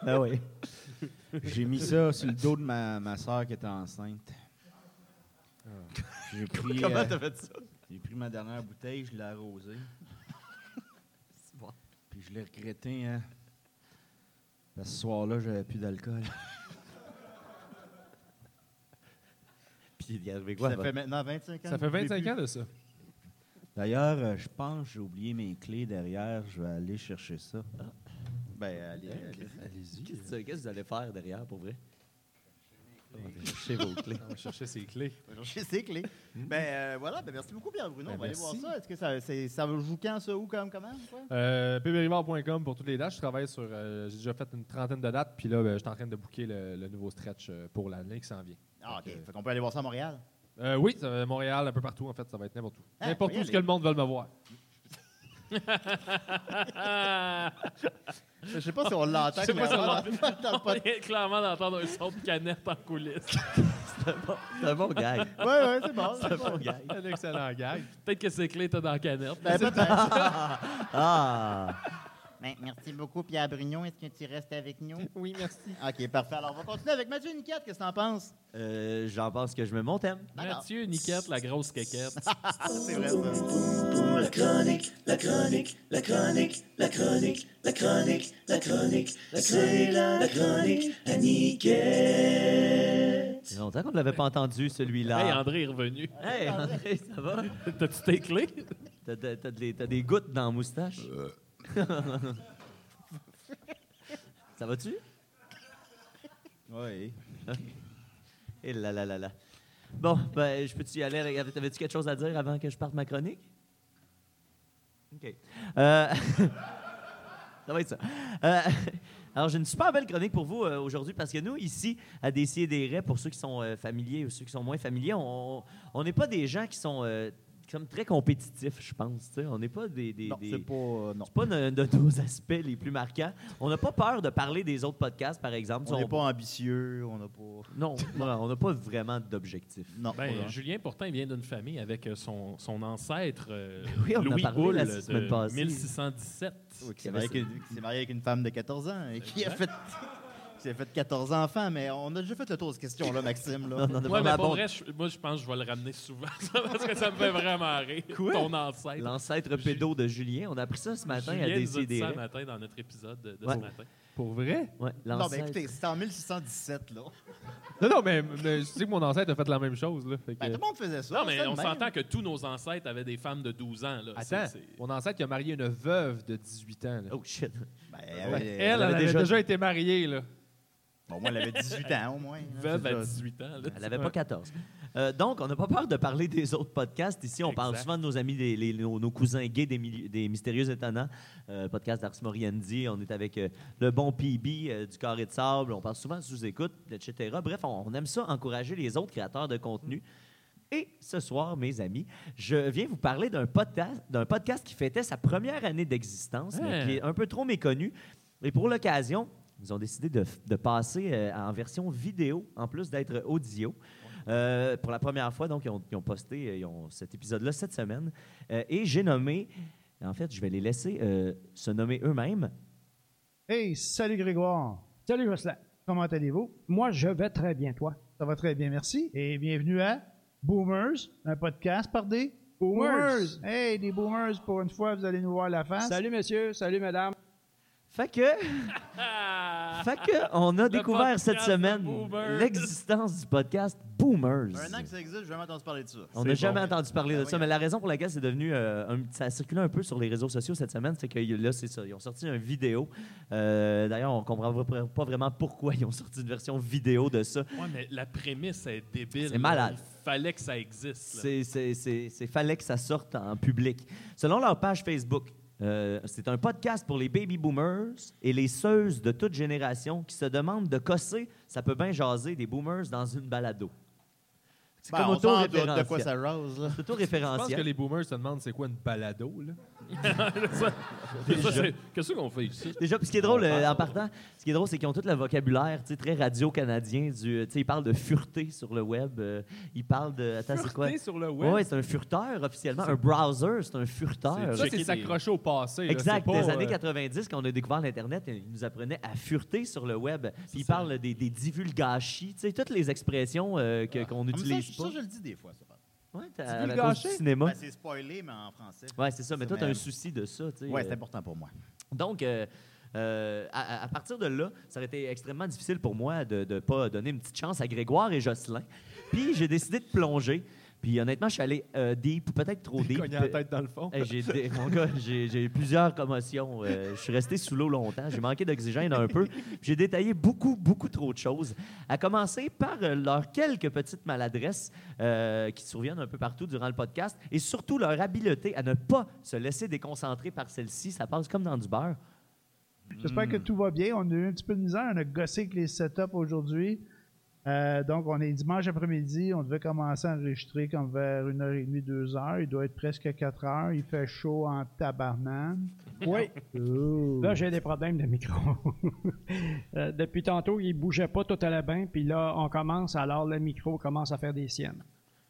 [SPEAKER 5] Ah oui. J'ai mis ça sur le dos de ma, ma soeur qui était enceinte. J'ai pris,
[SPEAKER 4] Comment
[SPEAKER 5] euh,
[SPEAKER 4] t'as fait ça?
[SPEAKER 5] j'ai pris ma dernière bouteille, je l'ai arrosée.
[SPEAKER 4] C'est bon.
[SPEAKER 5] Puis je l'ai regretté, hein. Parce que ce soir-là, j'avais plus d'alcool.
[SPEAKER 4] Puis il est arrivé quoi?
[SPEAKER 2] Ça
[SPEAKER 4] avant?
[SPEAKER 2] fait maintenant 25 ans.
[SPEAKER 3] Ça fait
[SPEAKER 2] que je l'ai
[SPEAKER 3] 25
[SPEAKER 2] plus.
[SPEAKER 3] ans de ça.
[SPEAKER 5] D'ailleurs, euh, je pense que j'ai oublié mes clés derrière. Je vais aller chercher ça.
[SPEAKER 4] Ah.
[SPEAKER 2] Ben, allez, allez.
[SPEAKER 4] Qu'est-ce que qu'est-ce que vous allez faire derrière, pour vrai? On va chercher vos clés.
[SPEAKER 3] On va chercher ses clés.
[SPEAKER 2] J'ai ses clés. Ben, euh, voilà, ben, merci beaucoup, Pierre-Bruno.
[SPEAKER 3] Ben,
[SPEAKER 2] On va aller
[SPEAKER 3] merci.
[SPEAKER 2] voir ça. Est-ce que ça, c'est- ça joue quand, ça, où, comme, comment? quoi?
[SPEAKER 3] Euh, pbrivard.com pour toutes les dates. Je travaille sur. euh, J'ai déjà fait une trentaine de dates, puis là, ben, je suis en train de booker le, le nouveau stretch euh, pour l'année qui s'en vient.
[SPEAKER 2] Ah, OK.
[SPEAKER 3] Fait que-
[SPEAKER 2] Fait qu'on peut aller voir ça à Montréal.
[SPEAKER 3] Euh, oui, ça va- Montréal, un peu partout, en fait, ça va être n'importe où.
[SPEAKER 2] Ah,
[SPEAKER 3] n'importe
[SPEAKER 2] faut y
[SPEAKER 3] où ce que
[SPEAKER 2] aller.
[SPEAKER 3] le monde veut me voir.
[SPEAKER 2] Je sais pas si on l'entend.
[SPEAKER 1] Je sais pas si on
[SPEAKER 2] clairement, dans le
[SPEAKER 1] On
[SPEAKER 2] pod-
[SPEAKER 1] vient clairement d'entendre un son de canette en coulisses.
[SPEAKER 4] C'est un bon- c'est un bon gag.
[SPEAKER 2] Ouais, ouais, c'est bon.
[SPEAKER 4] C'est un
[SPEAKER 2] c'est
[SPEAKER 4] bon
[SPEAKER 2] bon.
[SPEAKER 4] gag.
[SPEAKER 3] Un excellent gag.
[SPEAKER 1] Peut-être que ces clés étaient dans la canette.
[SPEAKER 2] Ben, peut-être.
[SPEAKER 4] Ah!
[SPEAKER 2] Ben, merci beaucoup, Pierre Bruno. Est-ce que tu restes avec nous?
[SPEAKER 3] Oui, merci.
[SPEAKER 2] OK, parfait. Alors, on va continuer avec Mathieu Niquette. Qu'est-ce que t'en penses?
[SPEAKER 4] Euh, J'en pense que je me mon thème.
[SPEAKER 2] D'accord.
[SPEAKER 1] Mathieu, Niquette, la grosse quéquette.
[SPEAKER 2] C'est vrai, ça.
[SPEAKER 6] La chronique, la chronique, la chronique, la chronique, la chronique, la chronique, c'est la chronique à Niquette.
[SPEAKER 4] C'est longtemps qu'on ne l'avait pas entendu,
[SPEAKER 1] Hey,
[SPEAKER 4] celui-là.
[SPEAKER 1] André est revenu.
[SPEAKER 4] Hey, André, ça va?
[SPEAKER 1] T'as-tu tes clés?
[SPEAKER 4] T'as t'as- t'as des, t'as des gouttes dans la moustache? ça va-tu?
[SPEAKER 5] Oui.
[SPEAKER 4] Et là là là là. Bon, ben, je peux-tu y aller? Regarde, T'avais-tu quelque chose à dire avant que je parte ma chronique? OK. Euh, ça va être ça. Euh, alors, j'ai une super belle chronique pour vous euh, aujourd'hui parce que nous, ici, à Décideret, pour ceux qui sont euh, familiers ou ceux qui sont moins familiers, on on n'est pas des gens qui sont euh, comme très compétitifs, je pense. tu sais. On n'est pas des... des-
[SPEAKER 2] Non,
[SPEAKER 4] des-
[SPEAKER 2] c'est pas. euh, non.
[SPEAKER 4] c'est pas un de nos aspects les plus marquants. On n'a pas peur de parler des autres podcasts, par exemple.
[SPEAKER 2] On
[SPEAKER 4] Tu sais,
[SPEAKER 2] n'est pas ambitieux, on n'a pas.
[SPEAKER 4] Non, voilà, on n'a pas vraiment d'objectif.
[SPEAKER 2] Non.
[SPEAKER 1] Ben,
[SPEAKER 2] pas
[SPEAKER 1] Julien, pourtant, il vient d'une famille avec euh, son, son ancêtre, euh,
[SPEAKER 4] Oui, on en a
[SPEAKER 1] Louis
[SPEAKER 4] parlé
[SPEAKER 1] Houle,
[SPEAKER 4] la semaine
[SPEAKER 1] de
[SPEAKER 4] passée.
[SPEAKER 1] 1617.
[SPEAKER 2] Oui, qui s'est marié, avec une- qui s'est marié avec une femme de 14 ans et qui a fait, qui a fait 14 enfants, mais on a déjà fait le tour de cette question-là, Maxime. Là.
[SPEAKER 4] On en a
[SPEAKER 1] Ouais,
[SPEAKER 4] parlé à
[SPEAKER 1] mais pour
[SPEAKER 4] bon-
[SPEAKER 1] vrai, je- moi, je pense que je vais le ramener souvent, ça, parce que ça me fait vraiment rire. Ton ancêtre.
[SPEAKER 4] L'ancêtre pédo de Julien. On a appris ça ce matin à
[SPEAKER 1] Julien nous a dit
[SPEAKER 4] décider.
[SPEAKER 1] ça ce matin dans notre épisode de, de
[SPEAKER 4] Ouais.
[SPEAKER 1] ce matin.
[SPEAKER 3] Pour vrai?
[SPEAKER 4] Ouais,
[SPEAKER 2] non, mais
[SPEAKER 4] l'ancêtre.
[SPEAKER 2] écoutez, c'était en 1617, là.
[SPEAKER 3] Non, non, mais, mais je sais que mon ancêtre a fait la même chose. Là, fait que-
[SPEAKER 2] Ben, tout le monde faisait ça.
[SPEAKER 1] Non, mais
[SPEAKER 2] c'était
[SPEAKER 1] on
[SPEAKER 2] le même.
[SPEAKER 1] s'entend que tous nos ancêtres avaient des femmes de 12 ans. Là.
[SPEAKER 2] Ah,
[SPEAKER 1] C'est-
[SPEAKER 3] Attends,
[SPEAKER 1] c'est-
[SPEAKER 3] mon ancêtre qui a marié une veuve de 18 ans. là.
[SPEAKER 4] Oh shit.
[SPEAKER 2] Ben,
[SPEAKER 3] Fait
[SPEAKER 2] elle,
[SPEAKER 3] que
[SPEAKER 2] elle,
[SPEAKER 3] elle, elle avait déjà... été mariée. Là.
[SPEAKER 2] Bon, moi, elle avait 18 ans, au moins. là.
[SPEAKER 1] Veuve
[SPEAKER 2] C'est
[SPEAKER 1] à
[SPEAKER 2] ça.
[SPEAKER 1] 18 ans. Là.
[SPEAKER 4] hein. Elle n'avait pas 14. Euh, donc, on n'a pas peur de parler des autres podcasts. Ici, on parle
[SPEAKER 1] Exact.
[SPEAKER 4] souvent de nos amis, des, les- nos, nos cousins gays des, milieux- des Mystérieux Étonnants. Euh, podcast d'Ars Moriendi. On est avec euh, le bon PB euh, du Carré de Sable. On parle souvent de sous-écoute, etc. Bref, on, on aime ça, encourager les autres créateurs de contenu. Et ce soir, mes amis, je viens vous parler d'un podcast, d'un podcast qui fêtait sa première année d'existence, mais
[SPEAKER 1] Hein.
[SPEAKER 4] qui est un peu trop méconnu. Et pour l'occasion, ils ont décidé de, f- de passer euh, en version vidéo, en plus d'être audio. Euh, pour la première fois, donc, ils ont, ils ont posté euh, ils ont cet épisode-là cette semaine. Euh, et j'ai nommé, en fait, je vais les laisser euh, se nommer eux-mêmes.
[SPEAKER 7] Hey, salut Grégoire. Salut Jocelyn. Comment allez-vous? Moi, je vais très bien, toi. Ça va très bien, merci. Et bienvenue à Boomers, un podcast par des boomers. Hey, des boomers, pour une fois, vous allez nous voir la face. Salut messieurs, salut madame.
[SPEAKER 4] Fait que. Fait que on a découvert
[SPEAKER 1] Ah. podcast
[SPEAKER 4] cette
[SPEAKER 1] de
[SPEAKER 4] semaine
[SPEAKER 1] Boomers.
[SPEAKER 4] l'existence du podcast Boomers.
[SPEAKER 2] Un an que ça existe, j'ai jamais entendu parler de ça.
[SPEAKER 4] On n'a
[SPEAKER 1] C'est
[SPEAKER 4] jamais
[SPEAKER 1] bon.
[SPEAKER 4] entendu parler de
[SPEAKER 2] Ben
[SPEAKER 4] ça,
[SPEAKER 2] voyons.
[SPEAKER 4] mais la raison pour laquelle c'est devenu euh, un- ça a circulé un peu sur les réseaux sociaux cette semaine, c'est que y- là c'est ça, ils ont sorti une vidéo. Euh, D'ailleurs, on comprend vra- pas vraiment pourquoi ils ont sorti une version vidéo de ça.
[SPEAKER 1] Ouais, mais la prémisse est débile.
[SPEAKER 4] C'est
[SPEAKER 1] là.
[SPEAKER 4] malade.
[SPEAKER 1] Il fallait que ça existe. là.
[SPEAKER 4] C'est c'est- c'est- c'est- fallait que ça sorte en public. Selon leur page Facebook, euh, c'est un podcast pour les baby boomers et les seuses de toute génération qui se demandent de cosser, ça peut bien jaser des boomers dans une balado. C'est
[SPEAKER 2] Ben,
[SPEAKER 4] comme
[SPEAKER 2] on s'en doute de
[SPEAKER 4] auto-référentiel.
[SPEAKER 2] quoi ça rase, là.
[SPEAKER 4] C'est
[SPEAKER 3] Je pense que
[SPEAKER 4] auto-référentiel.
[SPEAKER 3] les boomers se demandent c'est quoi une balado, là.
[SPEAKER 1] C'est ça, c'est- Qu'est-ce qu'on fait ici?
[SPEAKER 4] Déjà, puis ce qui est drôle, euh, en partant, ce qui est drôle, c'est qu'ils ont tout le vocabulaire, tu sais, très radio-canadien. Du, euh, tu sais, ils parlent de fureté sur le web. euh, ils parlent de... Attends, c'est quoi?
[SPEAKER 3] Fureté sur le
[SPEAKER 4] Oui,
[SPEAKER 3] web.
[SPEAKER 4] ouais, c'est un fureteur officiellement. Un browser, c'est un fureteur.
[SPEAKER 3] ça,
[SPEAKER 1] checker
[SPEAKER 3] c'est
[SPEAKER 1] des-
[SPEAKER 3] s'accrocher au passé. là.
[SPEAKER 4] Exact.
[SPEAKER 3] C'est pas,
[SPEAKER 4] des années
[SPEAKER 3] euh,
[SPEAKER 4] 90, quand on a découvert l'Internet, ils nous apprenaient à fureter sur le web. Puis ils
[SPEAKER 1] ça.
[SPEAKER 4] parlent des, des divulgachis, tu sais, toutes les expressions euh, que- qu'on
[SPEAKER 2] Ah, mais ça,
[SPEAKER 4] n'utilise
[SPEAKER 2] je-
[SPEAKER 4] pas.
[SPEAKER 2] ça, je le dis des fois, ça.
[SPEAKER 4] Ouais, t'as- à la
[SPEAKER 3] Divulgacher?
[SPEAKER 4] cause du cinéma.
[SPEAKER 2] Ben, c'est spoilé, mais en français.
[SPEAKER 4] Ouais, c'est ça, mais
[SPEAKER 2] ça,
[SPEAKER 4] toi, t'as
[SPEAKER 2] mais-
[SPEAKER 4] un souci de ça, tu sais.
[SPEAKER 2] Ouais,
[SPEAKER 4] euh,
[SPEAKER 2] c'est important pour moi.
[SPEAKER 4] Donc, euh, euh, à, à- à partir de là, ça aurait été extrêmement difficile pour moi de ne pas donner une petite chance à Grégoire et Jocelyn. Puis j'ai décidé de plonger. Puis honnêtement, je suis allé euh, deep, peut-être trop deep.
[SPEAKER 3] Cogner la tête dans le fond.
[SPEAKER 4] Eh, j'ai dé- mon gars, j'ai j'ai eu plusieurs commotions. euh, je suis resté sous l'eau longtemps. J'ai manqué d'oxygène un peu. J'ai détaillé beaucoup, beaucoup trop de choses. À commencer par euh, leurs quelques petites maladresses euh, qui surviennent un peu partout durant le podcast et surtout leur habileté à ne pas se laisser déconcentrer par celle-ci. Ça passe comme dans du beurre.
[SPEAKER 7] J'espère que tout va bien. On a eu un petit peu de misère. On a gossé avec les setups aujourd'hui. Euh, donc, on est dimanche après-midi. On devait commencer à enregistrer comme vers 1h30, 2h. Il doit être presque 4 heures. Il fait chaud en tabarnane.
[SPEAKER 8] Oui,
[SPEAKER 7] Ouh.
[SPEAKER 8] là, j'ai des problèmes de micro. Euh, Depuis tantôt, il bougeait pas tout à la bain, puis là, on commence, alors le micro commence à faire des siennes.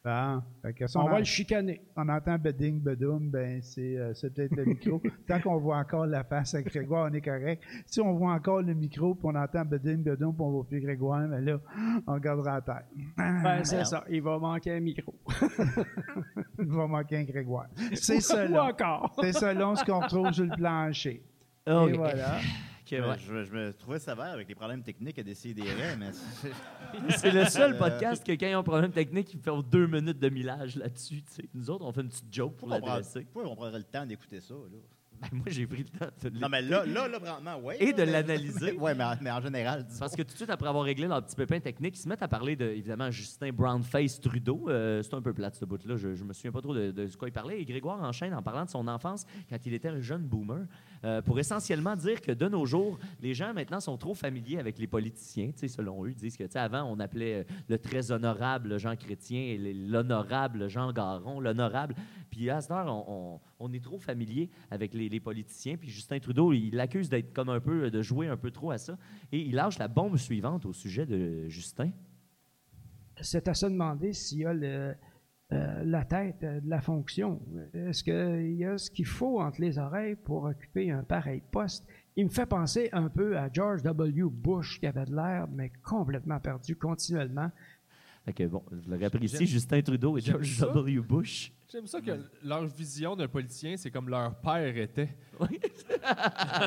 [SPEAKER 7] Bon. Fait que si
[SPEAKER 8] On
[SPEAKER 7] on,
[SPEAKER 8] va
[SPEAKER 7] en-
[SPEAKER 8] le chicaner.
[SPEAKER 7] on entend beding, bedoum, ben c'est euh, c'est peut-être le micro. Tant qu'on voit encore la face à Grégoire, on est correct. Si on voit encore le micro, puis on entend beding, bedoum, puis on voit plus Grégoire, mais là, on gardera la tête.
[SPEAKER 8] Ben, c'est ça, il va manquer un micro.
[SPEAKER 7] Il va manquer un Grégoire. C'est
[SPEAKER 8] Ou
[SPEAKER 7] selon.
[SPEAKER 8] encore.
[SPEAKER 7] C'est selon ce qu'on retrouve sur le plancher.
[SPEAKER 8] Ah
[SPEAKER 4] Ok,
[SPEAKER 7] Et voilà.
[SPEAKER 4] ok, ouais.
[SPEAKER 2] je, je me trouvais sévère avec les problèmes techniques à décider des raies, mais c'est-
[SPEAKER 4] Hmm.
[SPEAKER 2] Euh,
[SPEAKER 4] C'est le seul podcast que quand ils ont un problème technique, ils font deux minutes de millage là-dessus. tu sais. Nous autres, on fait une petite joke pour
[SPEAKER 2] pourquoi on, prend-
[SPEAKER 4] l'adresser.
[SPEAKER 2] pourquoi on prendrait le temps d'écouter ça? Là?
[SPEAKER 4] Ben, moi, j'ai pris le temps de
[SPEAKER 2] Non, mais là, là, là, vraiment, oui.
[SPEAKER 4] Et de l'analyser.
[SPEAKER 2] Oui, mais, en- mais en général, disons.
[SPEAKER 4] Parce que tout de suite après avoir réglé leur petit pépin technique, ils se mettent à parler de, évidemment, Justin Brownface Trudeau. Euh, c'est un peu plate, ce bout-là. Je, je me souviens pas trop de, de quoi il parlait. Et Grégoire enchaîne en parlant de son enfance quand il était un jeune boomer euh, pour essentiellement dire que de nos jours, les gens maintenant sont trop familiers avec les politiciens. Tu sais, selon eux, ils disent que tu sais, avant, on appelait euh, le très honorable Jean Chrétien et les- l'honorable Jean Garon, l'honorable. Puis à cette heure, on, on- on est trop familier avec les, les politiciens. Puis Justin Trudeau, il l'accuse d'être comme un peu, euh, de jouer un peu trop à ça. Et il lâche la bombe suivante au sujet de Justin.
[SPEAKER 8] C'est à se demander s'il a le- euh, la tête euh, de la fonction. Est-ce qu'il y a ce qu'il faut entre les oreilles pour occuper un pareil poste? Il me fait penser un peu à George W. Bush qui avait de l'air, mais complètement perdu continuellement.
[SPEAKER 4] Fait que bon, je l'aurais apprécié,
[SPEAKER 3] J'aime-
[SPEAKER 4] Justin Trudeau et
[SPEAKER 3] j'aime
[SPEAKER 4] George
[SPEAKER 3] ça.
[SPEAKER 4] W. Bush.
[SPEAKER 3] J'aime ça que leur vision d'un politicien, c'est comme leur père était.
[SPEAKER 4] Oui.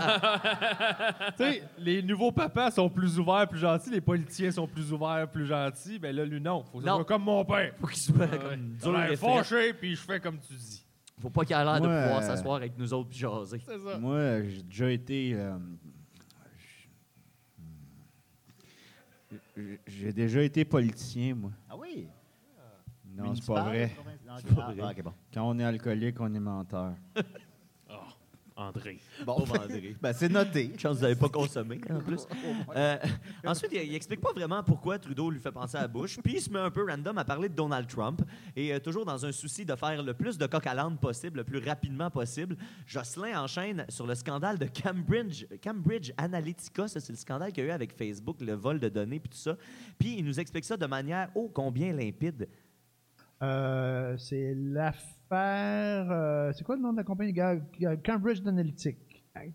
[SPEAKER 3] tu sais, les nouveaux papas sont plus ouverts, plus gentils, les politiciens sont plus ouverts, plus gentils. Ben là, lui, non. Faut que ça
[SPEAKER 4] Non.
[SPEAKER 3] soit comme mon père.
[SPEAKER 4] Faut qu'il soit comme
[SPEAKER 3] J'ai
[SPEAKER 4] dur et
[SPEAKER 3] l'air
[SPEAKER 4] fait.
[SPEAKER 3] fâché, puis je fais comme tu dis.
[SPEAKER 4] Faut pas qu'il ait l'air de
[SPEAKER 5] Ouais.
[SPEAKER 4] pouvoir s'asseoir avec nous autres puis jaser.
[SPEAKER 3] euh, C'est ça.
[SPEAKER 5] Moi, j'ai déjà été. euh, j- j'ai déjà été politicien, moi.
[SPEAKER 2] Ah oui?
[SPEAKER 5] Non, c'est
[SPEAKER 2] Municipal,
[SPEAKER 5] pas vrai.
[SPEAKER 2] provincial.
[SPEAKER 4] C'est pas
[SPEAKER 2] Ah,
[SPEAKER 4] vrai.
[SPEAKER 2] ah, ok, bon.
[SPEAKER 5] Quand on est alcoolique, on est menteur.
[SPEAKER 1] André.
[SPEAKER 2] Bon, ben, c'est noté.
[SPEAKER 4] Une chance que vous n'avez pas consommé, en plus. Euh, ensuite, il, il explique pas vraiment pourquoi Trudeau lui fait penser à Bush, puis il se met un peu random à parler de Donald Trump, et euh, toujours dans un souci de faire le plus de coq à l'âne possible, le plus rapidement possible, Jocelyn enchaîne sur le scandale de Cambridge, Cambridge Analytica, ça c'est le scandale qu'il y a eu avec Facebook, le vol de données, puis tout ça, puis il nous explique ça de manière ô combien limpide.
[SPEAKER 7] Euh, c'est l'affaire. euh, c'est quoi le nom de la compagnie Ga- Ga- Cambridge Analytic.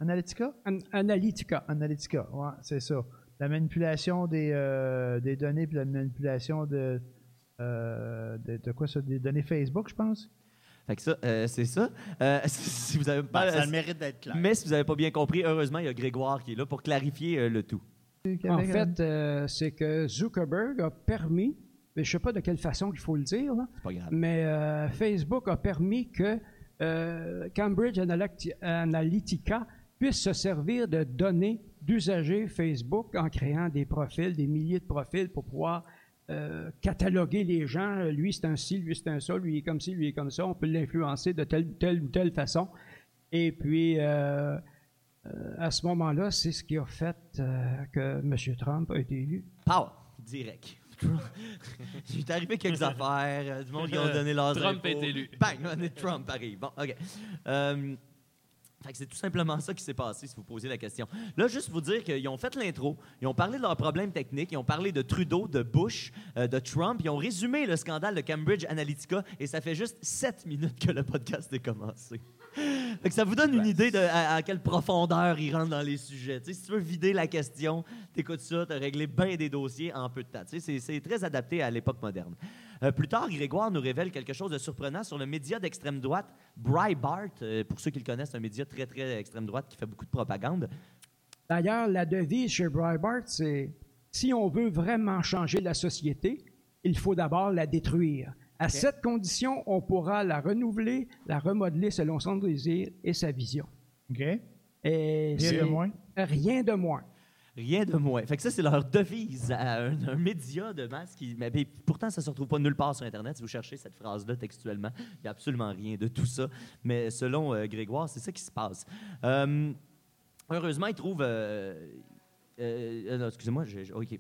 [SPEAKER 7] Analytica
[SPEAKER 8] An- Analytica.
[SPEAKER 7] Analytica, ouais, c'est ça. La manipulation des, euh, des données puis la manipulation de. euh, de, de quoi ça Des données Facebook, je pense.
[SPEAKER 4] Fait que ça, euh, c'est ça. Euh, si vous avez pas... euh,
[SPEAKER 2] Ben, ça a le mérite d'être clair.
[SPEAKER 4] mais si vous n'avez pas bien compris, heureusement, il y a Grégoire qui est là pour clarifier euh, le tout.
[SPEAKER 8] En fait, euh, c'est que Zuckerberg a permis, mais je sais pas de quelle façon qu'il faut le dire, là,
[SPEAKER 4] C'est pas grave.
[SPEAKER 8] mais euh, Facebook a permis que euh, Cambridge Analacti- Analytica puisse se servir de données d'usagers Facebook en créant des profils, des milliers de profils pour pouvoir euh, cataloguer les gens. Lui, c'est un ci, lui, c'est un ça, lui, il est comme ci, lui, il est comme ça. On peut l'influencer de telle, telle ou telle façon. Et puis, euh, euh, à ce moment-là, c'est ce qui a fait euh, que M. Trump a été élu.
[SPEAKER 4] Pow! Direct. Trump. Il est arrivé quelques affaires, euh, du monde qui ont donné leurs
[SPEAKER 1] Trump
[SPEAKER 4] impôts.
[SPEAKER 1] est élu.
[SPEAKER 4] Bang, on est Trump arrive. Bon, OK. Euh, fait que c'est tout simplement ça qui s'est passé, si vous posez la question. Là, juste vous dire qu'ils ont fait l'intro, ils ont parlé de leurs problèmes techniques, ils ont parlé de Trudeau, de Bush, euh, de Trump, ils ont résumé le scandale de Cambridge Analytica, et ça fait juste sept minutes que le podcast est commencé. Fait que ça vous donne une idée de à, à quelle profondeur ils rentrent dans les sujets. Tu sais, si tu veux vider la question, t'écoutes ça, t'as réglé bien des dossiers en peu de temps. Tu sais, c'est- c'est très adapté à l'époque moderne. Euh, plus tard, Grégoire nous révèle quelque chose de surprenant sur le média d'extrême droite, Breitbart. Euh, pour ceux qui le connaissent, c'est un média très, très extrême droite qui fait beaucoup de propagande.
[SPEAKER 8] D'ailleurs, la devise chez Breitbart, c'est si on veut vraiment changer la société, il faut d'abord la détruire. À cette condition, on pourra la renouveler, la remodeler selon son désir et sa vision.
[SPEAKER 7] OK?
[SPEAKER 8] Et
[SPEAKER 7] Rien de
[SPEAKER 8] c'est-
[SPEAKER 7] moins.
[SPEAKER 8] Rien de moins.
[SPEAKER 4] Rien de moins. Fait que ça, c'est leur devise à un, un média de masse qui. Mais, mais pourtant, ça ne se retrouve pas nulle part sur Internet. Si vous cherchez cette phrase-là textuellement, il n'y a absolument rien de tout ça. Mais selon euh, Grégoire, c'est ça qui se passe. Euh, heureusement, ils trouvent. euh, euh, euh, non, excusez-moi, j'ai- j'ai- OK.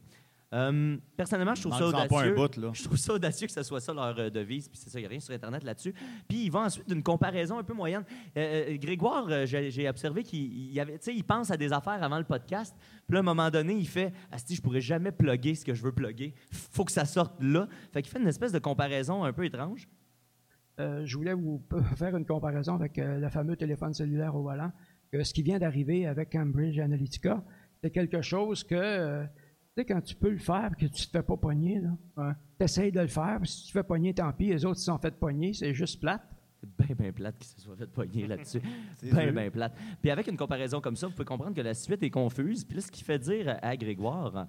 [SPEAKER 4] Euh, personnellement, je trouve ça
[SPEAKER 2] Manque-en pas un
[SPEAKER 4] audacieux.
[SPEAKER 2] bout, là.
[SPEAKER 4] Je trouve ça audacieux que ce soit ça leur euh, devise, puis c'est ça, il n'y a rien sur Internet là-dessus. Puis il va ensuite d'une comparaison un peu moyenne. Euh, euh, Grégoire, euh, j'ai j'ai observé qu'il il y avait, tu sais, il pense à des affaires avant le podcast, puis là, à un moment donné, il fait « Asti, je pourrais jamais plugger ce que je veux plugger. Faut que ça sorte là. » Fait qu'il fait une espèce de comparaison un peu étrange.
[SPEAKER 8] Euh, je voulais vous p- faire une comparaison avec euh, le fameux téléphone cellulaire au volant. que ce qui vient d'arriver avec Cambridge Analytica, c'est quelque chose que, euh, tu sais, quand tu peux le faire et que tu te fais pas pogner, là, tu essayes de le faire. puis Si tu te fais pogner, tant pis. Les autres, ils se sont fait pogner. C'est juste plate.
[SPEAKER 4] C'est bien, bien Ben, plate qu'il se soit fait pogner là-dessus. bien, bien plate. Puis avec une comparaison comme ça, vous pouvez comprendre que la suite est confuse. Puis là, ce qui fait dire à Grégoire...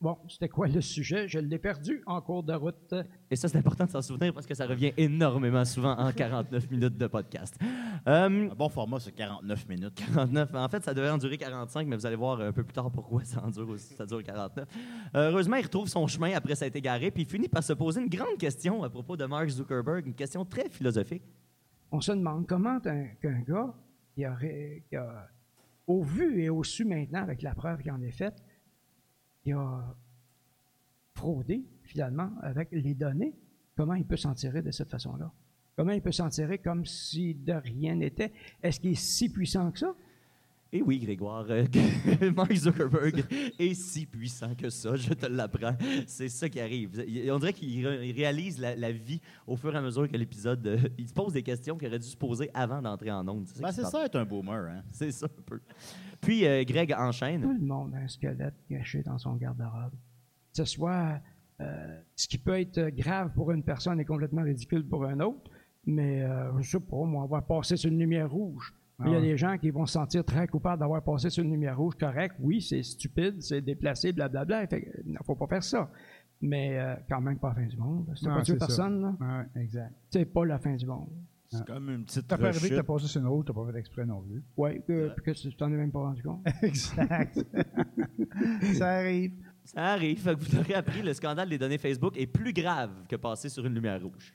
[SPEAKER 8] Bon, c'était quoi le sujet? Je l'ai perdu en cours de route. euh,
[SPEAKER 4] Et ça, c'est important de s'en souvenir parce que ça revient énormément souvent en 49 minutes de podcast. Euh,
[SPEAKER 2] Un bon format, c'est 49 minutes.
[SPEAKER 4] 49. En fait, ça devait en durer 45, mais vous allez voir un peu plus tard pourquoi ça, en dure, aussi- ça dure 49. Euh, heureusement, il retrouve son chemin après s'être égaré, puis il finit par se poser une grande question à propos de Mark Zuckerberg, une question très philosophique.
[SPEAKER 8] On se demande comment un, qu'un gars qui aurait- qui a, au vu et au su maintenant, avec la preuve qu'il en est faite, qui a fraudé finalement avec les données, comment il peut s'en tirer de cette façon-là? Comment il peut s'en tirer comme si de rien n'était? Est-ce qu'il est si puissant que ça?
[SPEAKER 4] Et oui, Grégoire, euh, que Mark Zuckerberg est si puissant que ça, je te l'apprends. C'est ça qui arrive. Il- On dirait qu'il re- il réalise la, la vie au fur et à mesure que l'épisode. euh, il se pose des questions qu'il aurait dû se poser avant d'entrer en onde.
[SPEAKER 2] Ben,
[SPEAKER 4] qui
[SPEAKER 2] c'est
[SPEAKER 4] se passe.
[SPEAKER 2] ça, être un boomer. Hein?
[SPEAKER 4] C'est ça un peu. Puis euh, Greg enchaîne.
[SPEAKER 8] Tout le monde a un squelette caché dans son garde-robe. Que ce soit euh, ce qui peut être grave pour une personne est complètement ridicule pour un autre, mais euh, je sais pas, moi, on va passer sur une lumière rouge.
[SPEAKER 7] Ah
[SPEAKER 8] Il y a des gens qui vont se sentir très coupables d'avoir passé sur une lumière rouge. Correct, oui, c'est stupide, c'est déplacé, blablabla. Fait que, non, faut pas faire ça. Mais euh, quand même pas la fin du monde. C'est
[SPEAKER 7] Non,
[SPEAKER 8] pas tuer
[SPEAKER 7] Ah, c'est ça.
[SPEAKER 8] personne, là.
[SPEAKER 7] Ouais, exact.
[SPEAKER 8] C'est pas la fin du monde.
[SPEAKER 7] Ouais.
[SPEAKER 2] C'est comme une petite
[SPEAKER 7] T'as pas arrivé que t'as
[SPEAKER 2] rechute.
[SPEAKER 7] passé sur une route, t'as pas fait exprès non plus.
[SPEAKER 8] Ouais, que, que tu t'en es même pas rendu compte.
[SPEAKER 7] Exact. ça arrive.
[SPEAKER 4] Ça arrive. Fait que vous aurez appris le scandale des données Facebook est plus grave que passer sur une lumière rouge.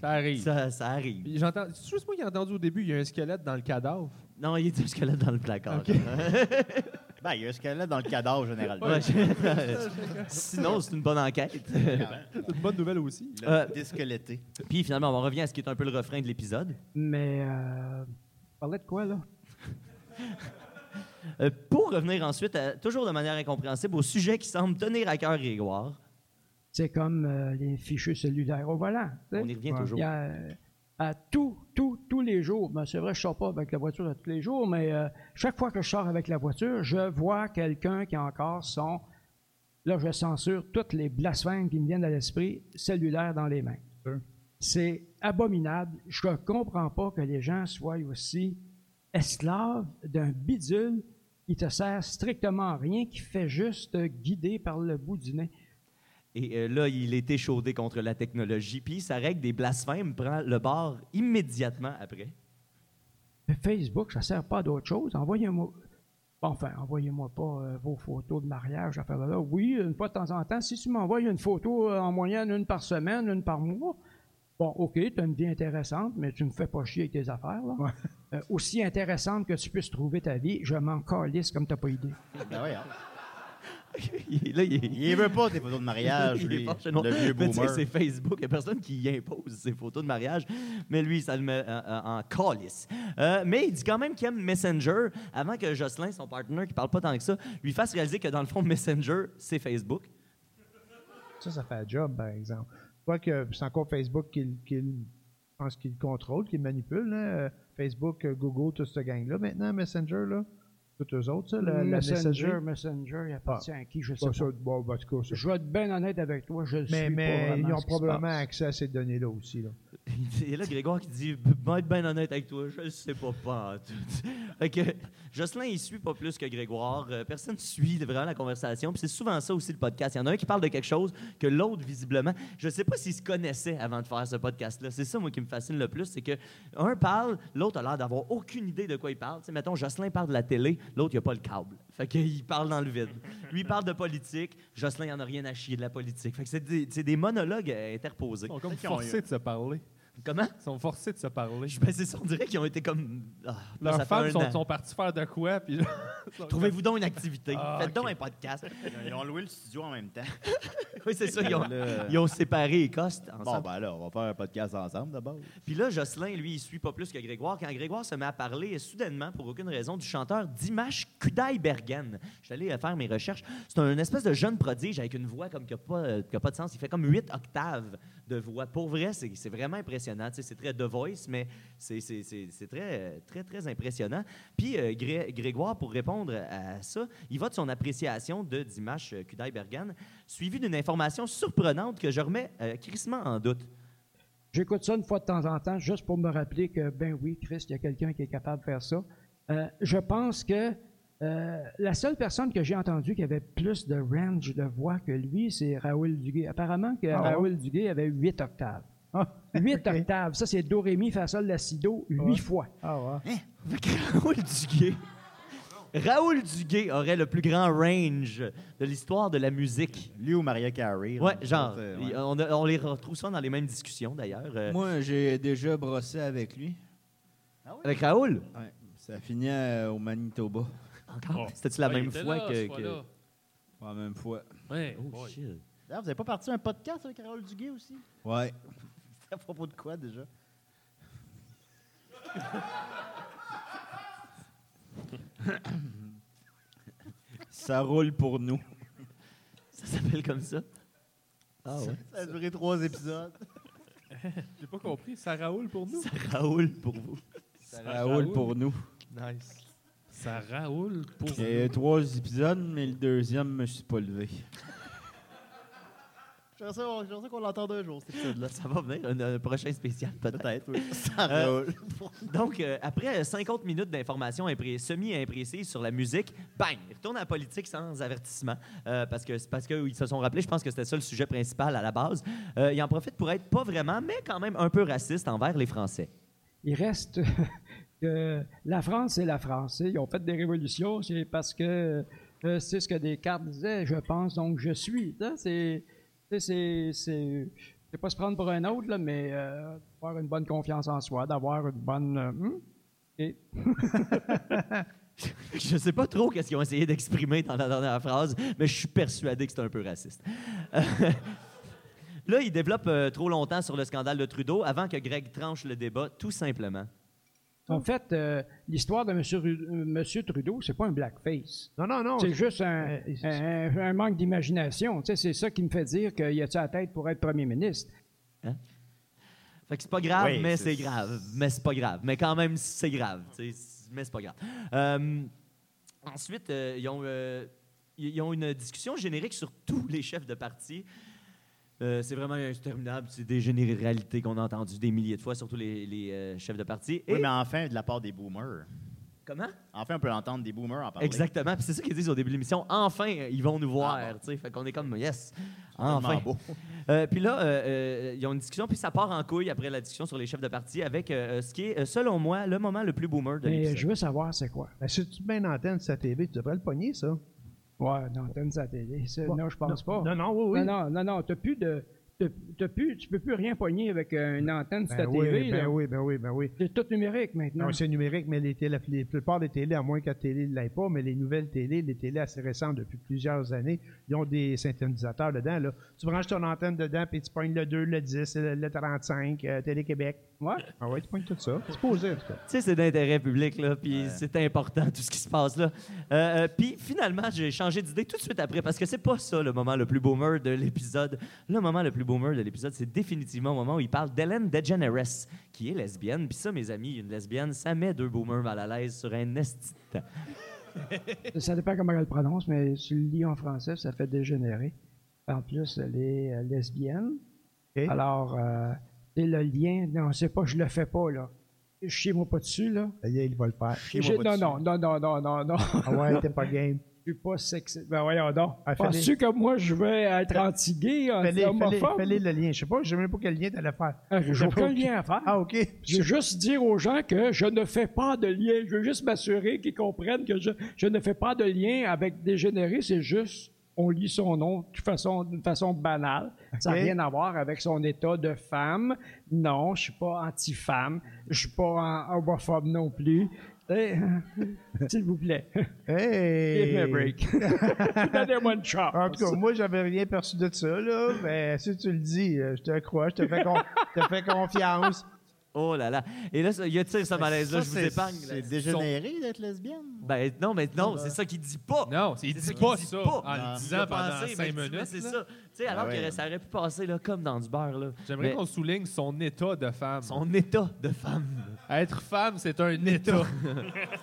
[SPEAKER 3] Ça arrive.
[SPEAKER 4] Ça, ça arrive.
[SPEAKER 3] Puis J'entends, c'est juste moi qui ai entendu au début, il y a un squelette dans le cadavre.
[SPEAKER 4] Non, il est du squelette dans le placard.
[SPEAKER 2] Ben, il y a un squelette dans le cadavre, généralement.
[SPEAKER 4] Ouais, Sinon, c'est une bonne enquête.
[SPEAKER 3] C'est une bonne nouvelle aussi.
[SPEAKER 2] Il
[SPEAKER 4] Euh,
[SPEAKER 2] a désqueletté.
[SPEAKER 4] Puis finalement, on revient à ce qui est un peu le refrain de l'épisode.
[SPEAKER 8] mais euh, je parlais de quoi, là?
[SPEAKER 4] Euh, pour revenir ensuite, à- toujours de manière incompréhensible, au sujet qui semble tenir à cœur Grégoire.
[SPEAKER 8] C'est comme euh, les fichiers cellulaires au volant. tu sais.
[SPEAKER 4] On y revient
[SPEAKER 7] Ouais.
[SPEAKER 4] toujours.
[SPEAKER 8] Il y a, euh, à tout, tout, tous les jours. Ben, c'est vrai, je ne sors pas avec la voiture à tous les jours, mais euh, chaque fois que je sors avec la voiture, je vois quelqu'un qui a encore son. Là, je censure toutes les blasphèmes qui me viennent à l'esprit, cellulaire dans les mains.
[SPEAKER 7] Sûr.
[SPEAKER 8] C'est abominable. Je ne comprends pas que les gens soient aussi esclaves d'un bidule qui te sert strictement à rien, qui fait juste euh, guider par le bout du nez.
[SPEAKER 4] Et euh, là, il est échaudé contre la technologie. Puis sa règle des blasphèmes prend le bord immédiatement après.
[SPEAKER 8] Mais Facebook, ça ne sert pas à d'autre chose. Envoyez-moi. Enfin, envoyez-moi pas euh, vos photos de mariage, affaire là. Oui, une fois de temps en temps, si tu m'envoies une photo euh, en moyenne une par semaine, une par mois, bon, OK, tu as une vie intéressante, mais tu me fais pas chier avec tes affaires. Là.
[SPEAKER 7] Ouais.
[SPEAKER 8] Euh, aussi intéressante que tu puisses trouver ta vie, je m'en calisse comme tu n'as pas idée.
[SPEAKER 2] Ben, ouais, hein.
[SPEAKER 4] Il- là, il est-
[SPEAKER 2] Il veut pas tes photos de mariage,
[SPEAKER 4] Il est
[SPEAKER 2] lui,
[SPEAKER 4] fort chez nous.
[SPEAKER 2] le vieux
[SPEAKER 4] Mais tu sais,
[SPEAKER 2] boomer.
[SPEAKER 4] c'est Facebook. Il n'y a personne qui y impose ses photos de mariage. Mais lui, ça le met euh, euh, en calice. Euh, mais il dit quand même qu'il aime Messenger avant que Jocelyn, son partenaire, qui parle pas tant que ça, lui fasse réaliser que dans le fond, Messenger, c'est Facebook.
[SPEAKER 7] Ça, ça fait un job, par exemple. Je vois que c'est encore Facebook qui, le- qui le- je pense qu'il contrôle, qui le manipule. là. Euh, Facebook, euh, Google, toute cette gang-là. Maintenant, Messenger, là, toutes eux autres, ça, la, la
[SPEAKER 8] Mm, Messenger,
[SPEAKER 7] messagerie.
[SPEAKER 8] Messenger, il appartient à qui, je sais
[SPEAKER 7] Bon,
[SPEAKER 8] pas.
[SPEAKER 7] ça, bon, ben, en tout cas, ça-
[SPEAKER 8] Je vais être bien honnête avec toi, je le suis
[SPEAKER 7] Mais,
[SPEAKER 8] pas
[SPEAKER 7] mais
[SPEAKER 8] vraiment
[SPEAKER 7] ils ont
[SPEAKER 8] ce qui se
[SPEAKER 7] probablement
[SPEAKER 8] passe.
[SPEAKER 7] accès à ces données-là aussi. Là.
[SPEAKER 4] Et là, Grégoire qui dit Bon, être bien honnête avec toi, je le sais pas, pas en tout. Fait que Jocelyn, il suit pas plus que Grégoire. Euh, Personne suit vraiment la conversation. Puis c'est souvent ça aussi le podcast. Il y en a un qui parle de quelque chose que l'autre, visiblement. Je sais pas s'ils se connaissaient avant de faire ce podcast-là. C'est ça, moi, qui me fascine le plus. C'est que un parle, l'autre a l'air d'avoir aucune idée de quoi il parle. Tu sais, mettons, Jocelyn parle de la télé, l'autre, il a pas le câble. Fait qu'il parle dans le vide. Lui, il parle de politique. Jocelyn, il en a rien à chier de la politique. Fait que c'est des, c'est des monologues euh, interposés.
[SPEAKER 3] Ils sont comme
[SPEAKER 2] Peut-être qu'ils ont
[SPEAKER 3] forcés de se parler.
[SPEAKER 4] Comment?
[SPEAKER 3] Ils sont forcés de se parler.
[SPEAKER 4] Je- Ben, c'est ça, on dirait qu'ils ont été comme. Ah, là, ça
[SPEAKER 3] Leurs
[SPEAKER 4] fait
[SPEAKER 3] femmes
[SPEAKER 4] un
[SPEAKER 3] sont,
[SPEAKER 4] an.
[SPEAKER 3] sont parties faire de quoi? Puis
[SPEAKER 4] Trouvez-vous donc une activité.
[SPEAKER 3] Ah,
[SPEAKER 4] Faites
[SPEAKER 3] ok.
[SPEAKER 4] donc un podcast.
[SPEAKER 2] Ils ont loué le studio en même temps.
[SPEAKER 4] oui, c'est ça. Ils ont,
[SPEAKER 2] Là,
[SPEAKER 4] ils ont séparé les costes ensemble.
[SPEAKER 2] Bon, ben là, on va faire un podcast ensemble d'abord.
[SPEAKER 4] Puis là, Jocelyn, lui, il suit pas plus que Grégoire. Quand Grégoire se met à parler, soudainement, pour aucune raison, du chanteur Dimash Kudaibergen. Je suis allé euh, faire mes recherches. C'est un espèce de jeune prodige avec une voix comme qui n'a pas, euh, qui a pas de sens. Il fait comme huit octaves de voix. Pour vrai, c'est c'est vraiment impressionnant. Tu sais, C'est très The Voice, mais c'est c'est- c'est- c'est très, euh, très, très impressionnant. Puis euh, Gré- Grégoire, pour répondre à ça, il va de son appréciation de Dimash Kudaibergen, suivi d'une information surprenante que je remets euh, crissement en doute.
[SPEAKER 8] J'écoute ça une fois de temps en temps, juste pour me rappeler que, ben oui, Chris, il y a quelqu'un qui est capable de faire ça. Euh, je pense que euh, la seule personne que j'ai entendue qui avait plus de range de voix que lui, c'est Raoul Duguay. Apparemment que
[SPEAKER 7] Ah ouais?
[SPEAKER 8] Raoul Duguay avait huit octaves.
[SPEAKER 7] Ah,
[SPEAKER 8] Huit
[SPEAKER 7] ok.
[SPEAKER 8] octaves, ça c'est Do, Ré, Mi, Fa, Sol, La, Si, Do, huit
[SPEAKER 7] Ouais.
[SPEAKER 8] fois.
[SPEAKER 7] Ah ouais.
[SPEAKER 4] Hein? Fait que Raoul Duguay. Raoul Duguay aurait le plus grand range de l'histoire de la musique.
[SPEAKER 2] Lui ou Maria Carey. là,
[SPEAKER 4] Ouais,
[SPEAKER 2] je
[SPEAKER 4] genre.
[SPEAKER 2] pense, euh, ouais.
[SPEAKER 4] il- On, a- on les retrouve souvent dans les mêmes discussions, d'ailleurs. euh,
[SPEAKER 5] Moi, j'ai déjà brossé avec lui.
[SPEAKER 4] Ah avec Raoul.
[SPEAKER 5] Ouais, ça finit euh, au Manitoba,
[SPEAKER 4] Encore. C'était-tu la
[SPEAKER 1] Ah, il
[SPEAKER 4] même
[SPEAKER 1] était
[SPEAKER 4] fois
[SPEAKER 1] là,
[SPEAKER 4] que.
[SPEAKER 1] ce
[SPEAKER 4] que-
[SPEAKER 1] fois-là.
[SPEAKER 5] la même fois.
[SPEAKER 1] Ouais,
[SPEAKER 4] Oh,
[SPEAKER 1] boy.
[SPEAKER 4] shit.
[SPEAKER 2] D'ailleurs, vous n'avez pas parti un podcast avec Raoul Duguay aussi?
[SPEAKER 5] Ouais.
[SPEAKER 2] C'était à propos de quoi déjà?
[SPEAKER 5] Ça roule pour nous.
[SPEAKER 4] Ça s'appelle comme ça. Ah ouais.
[SPEAKER 2] Ça a duré trois épisodes.
[SPEAKER 3] J'ai pas compris. Ça Raoul pour nous?
[SPEAKER 4] Raoul pour vous.
[SPEAKER 5] Ça, roule pour nous.
[SPEAKER 3] Nice. Ça Raoul pour
[SPEAKER 5] Il y a eu trois épisodes, mais le deuxième, je me suis pas levé.
[SPEAKER 2] J'aimerais ça, j'aimerais ça qu'on l'entende un jour, cet épisode-là.
[SPEAKER 4] Ça va venir, un, un prochain spécial, peut-être.
[SPEAKER 2] Peut-être, oui. Ça
[SPEAKER 4] Euh,
[SPEAKER 2] roule.
[SPEAKER 4] Donc, euh, après 50 minutes d'informations impré- semi-imprécises sur la musique, bang, il retourne à la politique sans avertissement. Euh, parce que c'est parce qu'ils se sont rappelés, je pense que c'était ça le sujet principal à la base. Euh, il en profite pour être pas vraiment, mais quand même un peu raciste envers les Français.
[SPEAKER 8] Il reste que la France, c'est la France. Ils ont fait des révolutions, c'est parce que euh, c'est ce que Descartes disait, je pense, donc je suis. Hein, C'est c'est- c'est- c'est- c'est pas se prendre pour un autre, là, mais euh, avoir une bonne confiance en soi, d'avoir une bonne... euh, hmm. Et
[SPEAKER 4] Je sais pas trop qu'est-ce qu'ils ont essayé d'exprimer dans la dernière phrase, mais je suis persuadé que c'est un peu raciste. Euh, Là, il développe euh, trop longtemps sur le scandale de Trudeau avant que Greg tranche le débat, tout simplement.
[SPEAKER 8] en fait, euh, l'histoire de M. Monsieur Trudeau, c'est pas un blackface.
[SPEAKER 7] Non, non, non.
[SPEAKER 8] C'est juste un,
[SPEAKER 7] Euh, c'est-
[SPEAKER 8] un- un manque d'imagination. Tu sais, C'est ça qui me fait dire qu'il y a-tu la tête pour être premier ministre.
[SPEAKER 4] Fait que c'est pas grave,
[SPEAKER 2] Oui,
[SPEAKER 4] mais
[SPEAKER 2] c'est-
[SPEAKER 4] c'est grave. Mais c'est pas grave. Mais quand même, c'est grave. tu sais, c'est- Mais c'est pas grave. Euh, ensuite, euh, ils, ont, euh, ils ils ont une discussion générique sur tous les chefs de parti. Euh, c'est vraiment interminable. C'est des généralités qu'on a entendues des milliers de fois, surtout les, les, euh, chefs de parti. Et
[SPEAKER 2] Oui, mais enfin, de la part des boomers.
[SPEAKER 4] comment?
[SPEAKER 2] Enfin, on peut entendre des boomers en parler.
[SPEAKER 4] Exactement. Puis c'est ça qu'ils disent au début de l'émission. Enfin, euh, ils vont nous voir.
[SPEAKER 2] Ah bon.
[SPEAKER 4] tu sais. Fait qu'on est comme, yes,
[SPEAKER 2] Tellement
[SPEAKER 4] enfin.
[SPEAKER 2] beau.
[SPEAKER 4] Euh, puis là, euh, euh, ils ont une discussion, puis ça part en couille après la discussion sur les chefs de parti avec euh, ce qui est, euh, selon moi, le moment le plus boomer de
[SPEAKER 8] Mais
[SPEAKER 7] euh,
[SPEAKER 4] l'épisode.
[SPEAKER 8] je veux savoir c'est quoi.
[SPEAKER 7] Ben, si tu mets une antenne sur ta TV, tu devrais le pogner, ça.
[SPEAKER 8] Ouais, non, donne sa télé. Ça,
[SPEAKER 7] Bon,
[SPEAKER 8] non, je pense
[SPEAKER 7] non,
[SPEAKER 8] pas.
[SPEAKER 7] Non, non, oui, oui.
[SPEAKER 8] Non, non, non, non, t'as plus de. t'as- t'as plus- tu ne peux plus rien pogner avec euh, une antenne sur
[SPEAKER 7] Ben
[SPEAKER 8] ta
[SPEAKER 7] oui,
[SPEAKER 8] TV.
[SPEAKER 7] ben
[SPEAKER 8] là.
[SPEAKER 7] oui, ben oui, ben oui.
[SPEAKER 8] C'est tout numérique maintenant.
[SPEAKER 7] Non, c'est numérique, mais les télé, la plupart des télés, à moins que la télé ne l'aille pas, mais les nouvelles télés, les télés assez récentes depuis plusieurs années, ils ont des synthétisateurs dedans. Là. Tu branches ton antenne dedans, puis tu pognes le 2, le 10, le, le 35, euh, Télé-Québec. Ouais. Ah ouais, tu pognes tout ça. C'est posé, en tout cas.
[SPEAKER 4] Tu sais, c'est d'intérêt public, là, puis c'est important, tout ce qui se passe, là. Euh, euh, puis finalement, j'ai changé d'idée tout de suite après, parce que c'est pas ça le moment le plus boomer de l'épisode. Le moment le plus boomer de l'épisode, c'est définitivement au moment où il parle d'Hélène DeGeneres, qui est lesbienne. Puis ça, mes amis, une lesbienne, ça met deux boomers mal à l'aise sur un esti de temps.
[SPEAKER 8] Ça dépend comment elle le prononce, mais tu le lis en français, ça fait dégénérer. En plus, elle est euh, lesbienne.
[SPEAKER 7] Ok.
[SPEAKER 8] Alors, euh, c'est le lien, non, c'est pas je le fais pas, là. Chiez-moi pas dessus, là.
[SPEAKER 7] Ça y est, il va le faire.
[SPEAKER 8] J'ai- Non, non, non, non, non, non, non.
[SPEAKER 7] Ah ouais, t'es pas game.
[SPEAKER 8] Je suis pas sexiste. Ben voyons donc.
[SPEAKER 7] Ah, fais-les.
[SPEAKER 8] Penses-tu que moi, je vais être anti-gay,
[SPEAKER 7] Fais-les, fais-les,
[SPEAKER 8] anti-homophobe?
[SPEAKER 7] fais-les le lien. Je sais pas, je sais même pas quel lien t'allais faire.
[SPEAKER 8] Ah, J'ai aucun lien à faire.
[SPEAKER 7] Ah, OK.
[SPEAKER 8] Je veux juste dire aux gens que je ne fais pas de lien. Je veux juste m'assurer qu'ils comprennent que je, je ne fais pas de lien avec dégénéré. C'est juste, on lit son nom de façon, d'une façon banale. Ça n'a
[SPEAKER 7] Ok.
[SPEAKER 8] rien à voir avec son état de femme. Non, je suis pas anti-femme. Je suis pas en- homophobe non plus. Eh, S'il vous plaît, give
[SPEAKER 7] Hey!
[SPEAKER 8] me a break. Donnez-moi une chance.
[SPEAKER 7] En tout cas, moi, j'avais rien perçu de ça, là, mais si tu le dis, euh, je te crois, je te fais, con- je te fais confiance.
[SPEAKER 4] Oh là là. Et là, ça- il y a tiré ce malaise-là,
[SPEAKER 2] Ça,
[SPEAKER 4] je vous
[SPEAKER 2] c'est-
[SPEAKER 4] épargne. là.
[SPEAKER 2] C'est dégénéré d'être lesbienne.
[SPEAKER 4] Ben non, mais non, c'est ça qu'il dit pas.
[SPEAKER 3] Non, il
[SPEAKER 4] C'est
[SPEAKER 3] dit
[SPEAKER 4] ça qu'il
[SPEAKER 3] pas
[SPEAKER 4] dit
[SPEAKER 3] ça
[SPEAKER 4] pas.
[SPEAKER 3] en
[SPEAKER 2] Non.
[SPEAKER 3] le
[SPEAKER 4] Il
[SPEAKER 3] disant
[SPEAKER 4] a
[SPEAKER 3] pendant
[SPEAKER 4] pensé, mais
[SPEAKER 3] cinq
[SPEAKER 4] tu- mais
[SPEAKER 3] minutes.
[SPEAKER 4] C'est
[SPEAKER 3] là.
[SPEAKER 4] ça. Tu sais, alors
[SPEAKER 2] ouais.
[SPEAKER 4] que ça aurait pu passer là, comme dans du beurre. là.
[SPEAKER 3] J'aimerais
[SPEAKER 4] Mais
[SPEAKER 3] qu'on souligne son état de femme.
[SPEAKER 4] Son état de femme.
[SPEAKER 3] Être femme, c'est un état.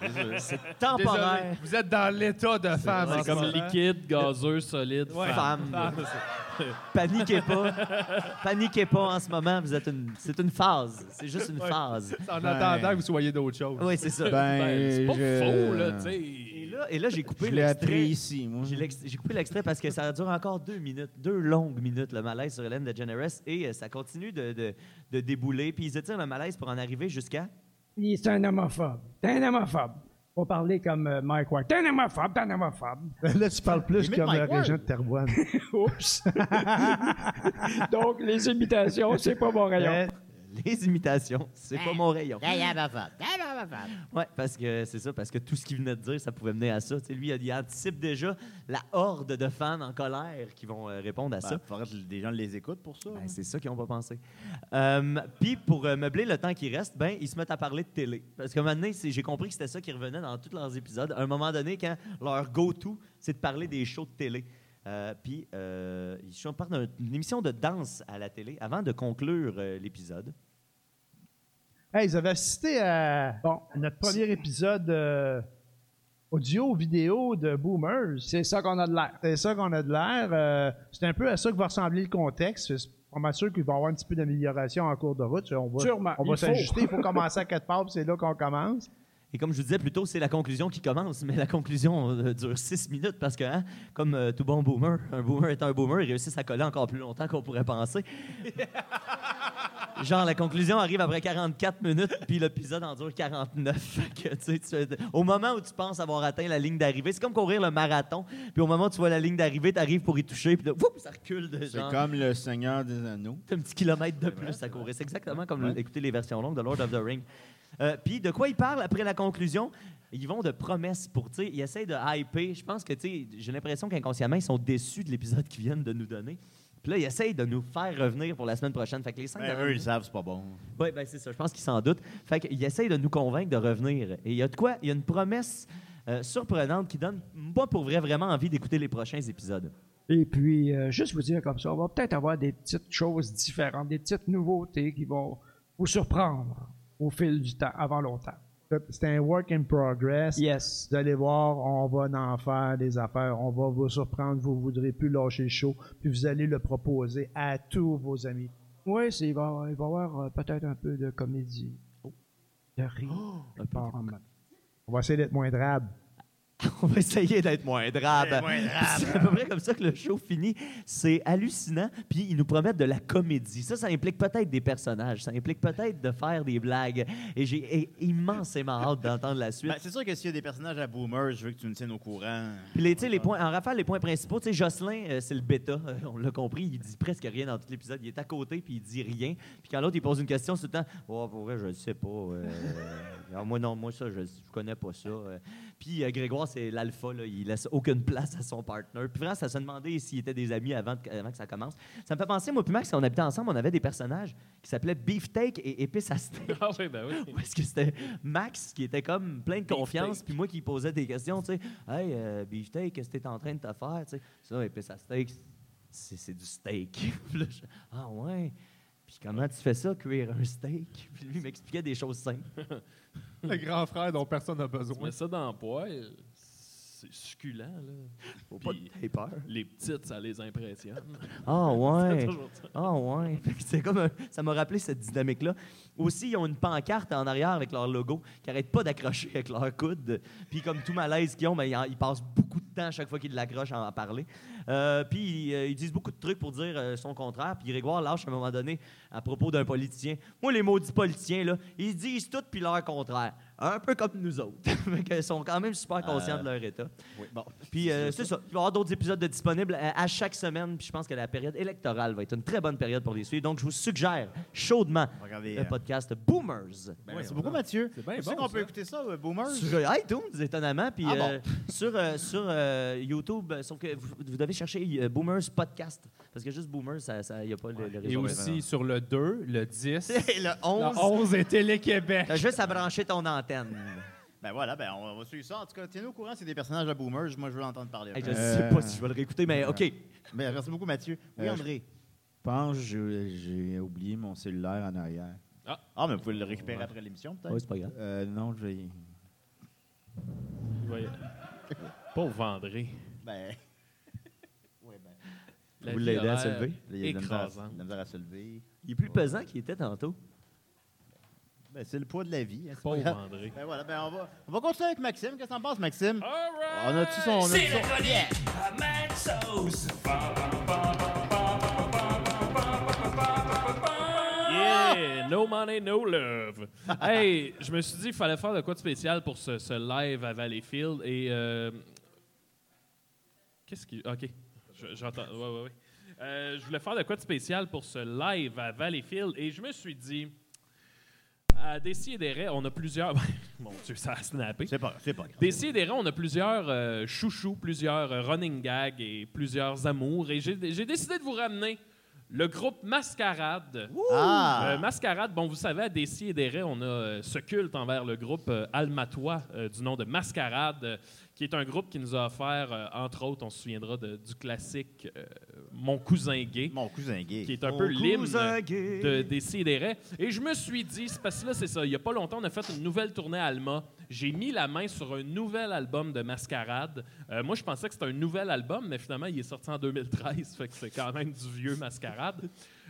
[SPEAKER 3] Désolé,
[SPEAKER 4] Temporaire.
[SPEAKER 3] vous êtes dans l'état de femme. en
[SPEAKER 1] C'est
[SPEAKER 3] ce
[SPEAKER 1] comme
[SPEAKER 3] moment.
[SPEAKER 1] liquide, gazeux, solide.
[SPEAKER 3] Ouais.
[SPEAKER 1] femme.
[SPEAKER 4] Femme. Paniquez pas. Paniquez pas en ce moment. Vous êtes une... C'est une phase. C'est juste une
[SPEAKER 3] Ouais.
[SPEAKER 4] phase.
[SPEAKER 3] C'est En attendant que vous soyez d'autres choses.
[SPEAKER 4] Oui, c'est ça.
[SPEAKER 1] Ben, c'est pas
[SPEAKER 5] je-
[SPEAKER 1] faux, là, tu
[SPEAKER 4] Et
[SPEAKER 1] sais.
[SPEAKER 4] là, et là j'ai coupé
[SPEAKER 5] Je l'ai
[SPEAKER 4] l'extrait.
[SPEAKER 5] appris ici, moi.
[SPEAKER 4] J'ai l'ex- j'ai coupé l'extrait parce que ça dure encore deux minutes, deux longues minutes, le malaise sur Hélène DeGeneres. Et euh, ça continue de, de, de débouler. Puis ils étirent le malaise pour en arriver jusqu'à...
[SPEAKER 8] Il- C'est un homophobe. T'es un homophobe. Faut parler comme euh, Mike Ward. T'es un homophobe, t'es un homophobe.
[SPEAKER 7] Là, tu parles plus
[SPEAKER 2] Limite
[SPEAKER 7] comme le
[SPEAKER 2] Mike Ward.
[SPEAKER 7] régent de Terboine.
[SPEAKER 8] Oups! Donc, les imitations, c'est pas mon rayon.
[SPEAKER 7] Hein?
[SPEAKER 4] Euh, Les imitations, c'est
[SPEAKER 9] Ben,
[SPEAKER 4] pas mon rayon.
[SPEAKER 2] Hey,
[SPEAKER 4] Ouais, parce que c'est ça, parce que tout ce qu'il venait de dire, ça pouvait mener à ça. Tu sais, lui, il, il anticipe déjà la horde de fans en colère qui vont euh, répondre à ça.
[SPEAKER 2] faudrait Ben, que les gens les écoutent pour ça.
[SPEAKER 4] Ben, c'est ça qu'ils n'ont pas pensé. Euh, Puis, pour euh, meubler le temps qui reste, ben, ils se mettent à parler de télé. Parce que maintenant, j'ai compris que c'était ça qui revenait dans tous leurs épisodes. À un moment donné, quand leur go-to, c'est de parler des shows de télé. Euh, Puis, euh, ils sont part d'une d'une émission de danse à la télé avant de conclure euh, l'épisode.
[SPEAKER 7] Hey, ils avaient assisté à, bon, à notre premier épisode euh, audio-vidéo de Boomers.
[SPEAKER 8] C'est ça qu'on a de l'air.
[SPEAKER 7] C'est ça qu'on a de l'air. Euh, c'est un peu à ça que va ressembler le contexte. C'est on m'assure qu'il va y avoir un petit peu d'amélioration en cours de route. On va,
[SPEAKER 8] Sûrement,
[SPEAKER 7] on va
[SPEAKER 8] il faut.
[SPEAKER 7] s'ajuster. Il faut commencer à quatre parts, puis c'est là qu'on commence.
[SPEAKER 4] Et comme je vous disais plus tôt, c'est la conclusion qui commence, mais la conclusion euh, dure six minutes parce que, hein, comme euh, tout bon boomer, un boomer est un boomer, ils réussissent à coller encore plus longtemps qu'on pourrait penser. Genre, la conclusion arrive après 44 minutes, puis l'épisode en dure 49. Fait que, tu sais, tu- au moment où tu penses avoir atteint la ligne d'arrivée, c'est comme courir le marathon, puis au moment où tu vois la ligne d'arrivée, tu arrives pour y toucher, puis là, whoop, ça recule de
[SPEAKER 5] C'est
[SPEAKER 4] genre
[SPEAKER 5] comme le Seigneur des Anneaux.
[SPEAKER 4] un petit kilomètre de plus à courir. C'est exactement comme le- écouter les versions longues de Lord of the Ring. Euh, Puis de quoi ils parlent après la conclusion? Ils vont de promesses pour, tu sais, ils essayent de hyper. Je pense que, tu sais, j'ai l'impression qu'inconsciemment, ils sont déçus de l'épisode qu'ils viennent de nous donner. Puis là, ils essayent de nous faire revenir pour la semaine prochaine. Fait que les cinq
[SPEAKER 2] Ben,
[SPEAKER 4] dernières
[SPEAKER 2] eux, ils savent, c'est pas bon.
[SPEAKER 4] oui, ben c'est ça. Je pense qu'ils s'en doutent. Fait qu'ils essayent de nous convaincre de revenir. Et il y a de quoi? Il y a une promesse euh, surprenante qui donne, moi, pour vrai, vraiment envie d'écouter les prochains épisodes.
[SPEAKER 8] Et puis, euh, juste vous dire comme ça, on va peut-être avoir des petites choses différentes, des petites nouveautés qui vont vous surprendre au fil du temps, avant longtemps.
[SPEAKER 7] C'est un work in progress.
[SPEAKER 8] Yes.
[SPEAKER 7] Vous allez voir, on va en faire des affaires. On va vous surprendre. Vous ne voudrez plus lâcher le show. Puis vous allez le proposer à tous vos amis.
[SPEAKER 8] Oui, c'est- il va, il va y avoir euh, peut-être un peu de Oh,
[SPEAKER 7] Oh,
[SPEAKER 8] comédie, de rire, de part en main.
[SPEAKER 7] On va essayer d'être moins drabe.
[SPEAKER 4] on va essayer d'être moins drabe.
[SPEAKER 2] moins drabe.
[SPEAKER 4] C'est à peu près comme ça que le show finit. C'est hallucinant. Puis ils nous promettent de la comédie. Ça, ça implique peut-être des personnages. Ça implique peut-être de faire des blagues. Et j'ai eh, immensément hâte d'entendre la suite.
[SPEAKER 2] Ben, c'est sûr que s'il y a des personnages à Boomer, je veux que tu me tiennes au courant.
[SPEAKER 4] Puis les, tu sais, les points, en rafale, les points principaux, tu sais, Jocelyn, euh, c'est le bêta, euh, on l'a compris, il dit presque rien dans tout l'épisode, il est à côté puis il dit rien. Puis quand l'autre, il pose une question, c'est tout le temps, « Oh, pour vrai, je le sais pas. euh, alors moi, non, moi, ça, je, je connais pas ça. euh. Puis euh, Grégoire, c'est l'alpha, là, il laisse aucune place à son partner. Puis vraiment, ça se demandait s'ils étaient des amis avant, de- avant que ça commence. Ça me fait penser, moi puis Max, quand on habitait ensemble, on avait des personnages qui s'appelaient Beefsteak et Épices à steak.
[SPEAKER 1] Ah oui, ben oui.
[SPEAKER 4] Ou est-ce que c'était Max qui était comme plein de confiance, puis moi qui posais des questions, tu sais, hey, euh, beefsteak, qu'est-ce que t'es en train de te faire, tu sais, ça, épice à steak, c'est c'est du steak. Puis là, je- ah ouais, puis comment tu fais ça, cuire un steak? Puis lui il m'expliquait des choses simples.
[SPEAKER 3] Le grand frère dont personne n'a
[SPEAKER 1] Tu
[SPEAKER 3] besoin.
[SPEAKER 1] mets ça dans le poêle, c'est succulent, là.
[SPEAKER 4] Faut pas
[SPEAKER 1] Puis-
[SPEAKER 4] que t'aies peur.
[SPEAKER 1] Les petites, ça les impressionne.
[SPEAKER 4] Ah
[SPEAKER 1] C'est
[SPEAKER 4] ouais.
[SPEAKER 1] toujours ça.
[SPEAKER 4] Ah ouais. Fait que C'est comme un- ça m'a rappelé cette dynamique là. Aussi ils ont une pancarte en arrière avec leur logo qui arrête pas d'accrocher avec leur coude. Puis comme tout malaise qu'ils ont, ben, ils, en- ils passent beaucoup de temps à chaque fois qu'ils l'accrochent à en parler. Euh, puis euh, ils disent beaucoup de trucs pour dire euh, son contraire. Puis Grégoire lâche à un moment donné à propos d'un politicien. Moi les maudits politiciens là, ils disent tout puis leur contraire. Un peu comme nous autres. Fait que Ils sont quand même super conscients
[SPEAKER 2] Euh,
[SPEAKER 4] de leur état.
[SPEAKER 2] Bon.
[SPEAKER 4] Puis euh, c'est ça. Il va y avoir d'autres épisodes de disponibles euh, à chaque semaine. Puis je pense que la période électorale va être une très bonne période pour les suivre. Donc je vous suggère chaudement
[SPEAKER 2] Regardez.
[SPEAKER 4] le
[SPEAKER 2] euh,
[SPEAKER 4] podcast Boomers.
[SPEAKER 2] ben, merci beaucoup, Mathieu.
[SPEAKER 3] C'est bien
[SPEAKER 2] Tu sais
[SPEAKER 3] bon,
[SPEAKER 2] qu'on peut
[SPEAKER 3] ça.
[SPEAKER 2] écouter ça, euh, Boomer?
[SPEAKER 4] Sur euh, iTunes, étonnamment, puis
[SPEAKER 2] Ah bon?
[SPEAKER 4] euh, sur, euh, sur euh, YouTube, euh, sauf que vous, vous devez chercher euh, Boomers Podcast, parce que juste Boomers, ça- ça- il n'y a pas le, le
[SPEAKER 3] Et
[SPEAKER 4] réseau.
[SPEAKER 3] aussi sur le 2, le 10,
[SPEAKER 4] Et le 11,
[SPEAKER 3] le 11 et Télé-Québec.
[SPEAKER 4] t'as juste à brancher ton antenne.
[SPEAKER 2] Ben voilà, ben on va suivre ça. En tout cas, tiens-nous au courant, c'est des personnages à Boomer. Moi, je veux l'entendre parler.
[SPEAKER 4] Hey, je
[SPEAKER 2] Euh,
[SPEAKER 4] sais pas si Ah, je vais le réécouter, mais OK.
[SPEAKER 2] ben, merci beaucoup, Mathieu. Oui,
[SPEAKER 5] Euh,
[SPEAKER 2] André.
[SPEAKER 5] pense que j'ai- j'ai oublié mon cellulaire en arrière.
[SPEAKER 2] Ah, mais vous pouvez le récupérer après l'émission, peut-être.
[SPEAKER 4] Ouais, c'est pas grave.
[SPEAKER 5] Euh, non, je vais.
[SPEAKER 1] Il va y- Pauvre André.
[SPEAKER 2] Ben. Ouais, ben.
[SPEAKER 1] La
[SPEAKER 4] Vous
[SPEAKER 1] vie
[SPEAKER 4] l'aidez
[SPEAKER 1] a
[SPEAKER 4] à se
[SPEAKER 1] l'air
[SPEAKER 4] lever?
[SPEAKER 2] Là, il y a de la misère à-
[SPEAKER 1] écrasante.
[SPEAKER 2] de la misère à se lever.
[SPEAKER 4] Il est plus pesant qu'il était tantôt.
[SPEAKER 2] Ben, c'est le poids de la vie. hein, c'est pas
[SPEAKER 1] Pauvre
[SPEAKER 2] grave.
[SPEAKER 1] André.
[SPEAKER 2] Ben voilà, ben on va, on va continuer avec Maxime. Qu'est-ce que t'en penses, Maxime?
[SPEAKER 1] All right!
[SPEAKER 2] On a tout son. On a tout son...
[SPEAKER 1] Yeah! No money, no love. Hey, je me suis dit qu'il fallait faire de quoi de spécial pour ce, ce live à Valleyfield et. euh, Qu'est-ce qui. OK. Je- J'entends. Ouais, ouais, ouais. Euh, je voulais faire de quoi de spécial pour ce live à Valleyfield et je me suis dit. À Décideret, on a plusieurs. Mon Dieu, ça a snappé.
[SPEAKER 2] C'est pas, c'est pas grave.
[SPEAKER 1] Décidément, on a plusieurs euh, chouchous, plusieurs euh, running gags et plusieurs amours. Et j'ai j'ai décidé de vous ramener le groupe Mascarade.
[SPEAKER 2] Ah!
[SPEAKER 1] Euh, Mascarade, bon, vous savez, à Dessy et Desraies, on a euh, ce culte envers le groupe euh, Almatois euh, du nom de Mascarade, euh, qui est un groupe qui nous a offert, euh, entre autres, on se souviendra de- du classique euh, Mon cousin gay
[SPEAKER 2] Mon cousin gay.
[SPEAKER 1] qui est un peu l'hymne
[SPEAKER 4] cousin gay.
[SPEAKER 1] de, des Sidérés. Et je me suis dit, c'est parce que là, c'est ça, il n'y a pas longtemps, on a fait une nouvelle tournée à Alma. J'ai mis la main sur un nouvel album de Mascarade. Euh, moi, je pensais que c'était un nouvel album, mais finalement, il est sorti en 2013, fait que c'est quand même du vieux Mascarade.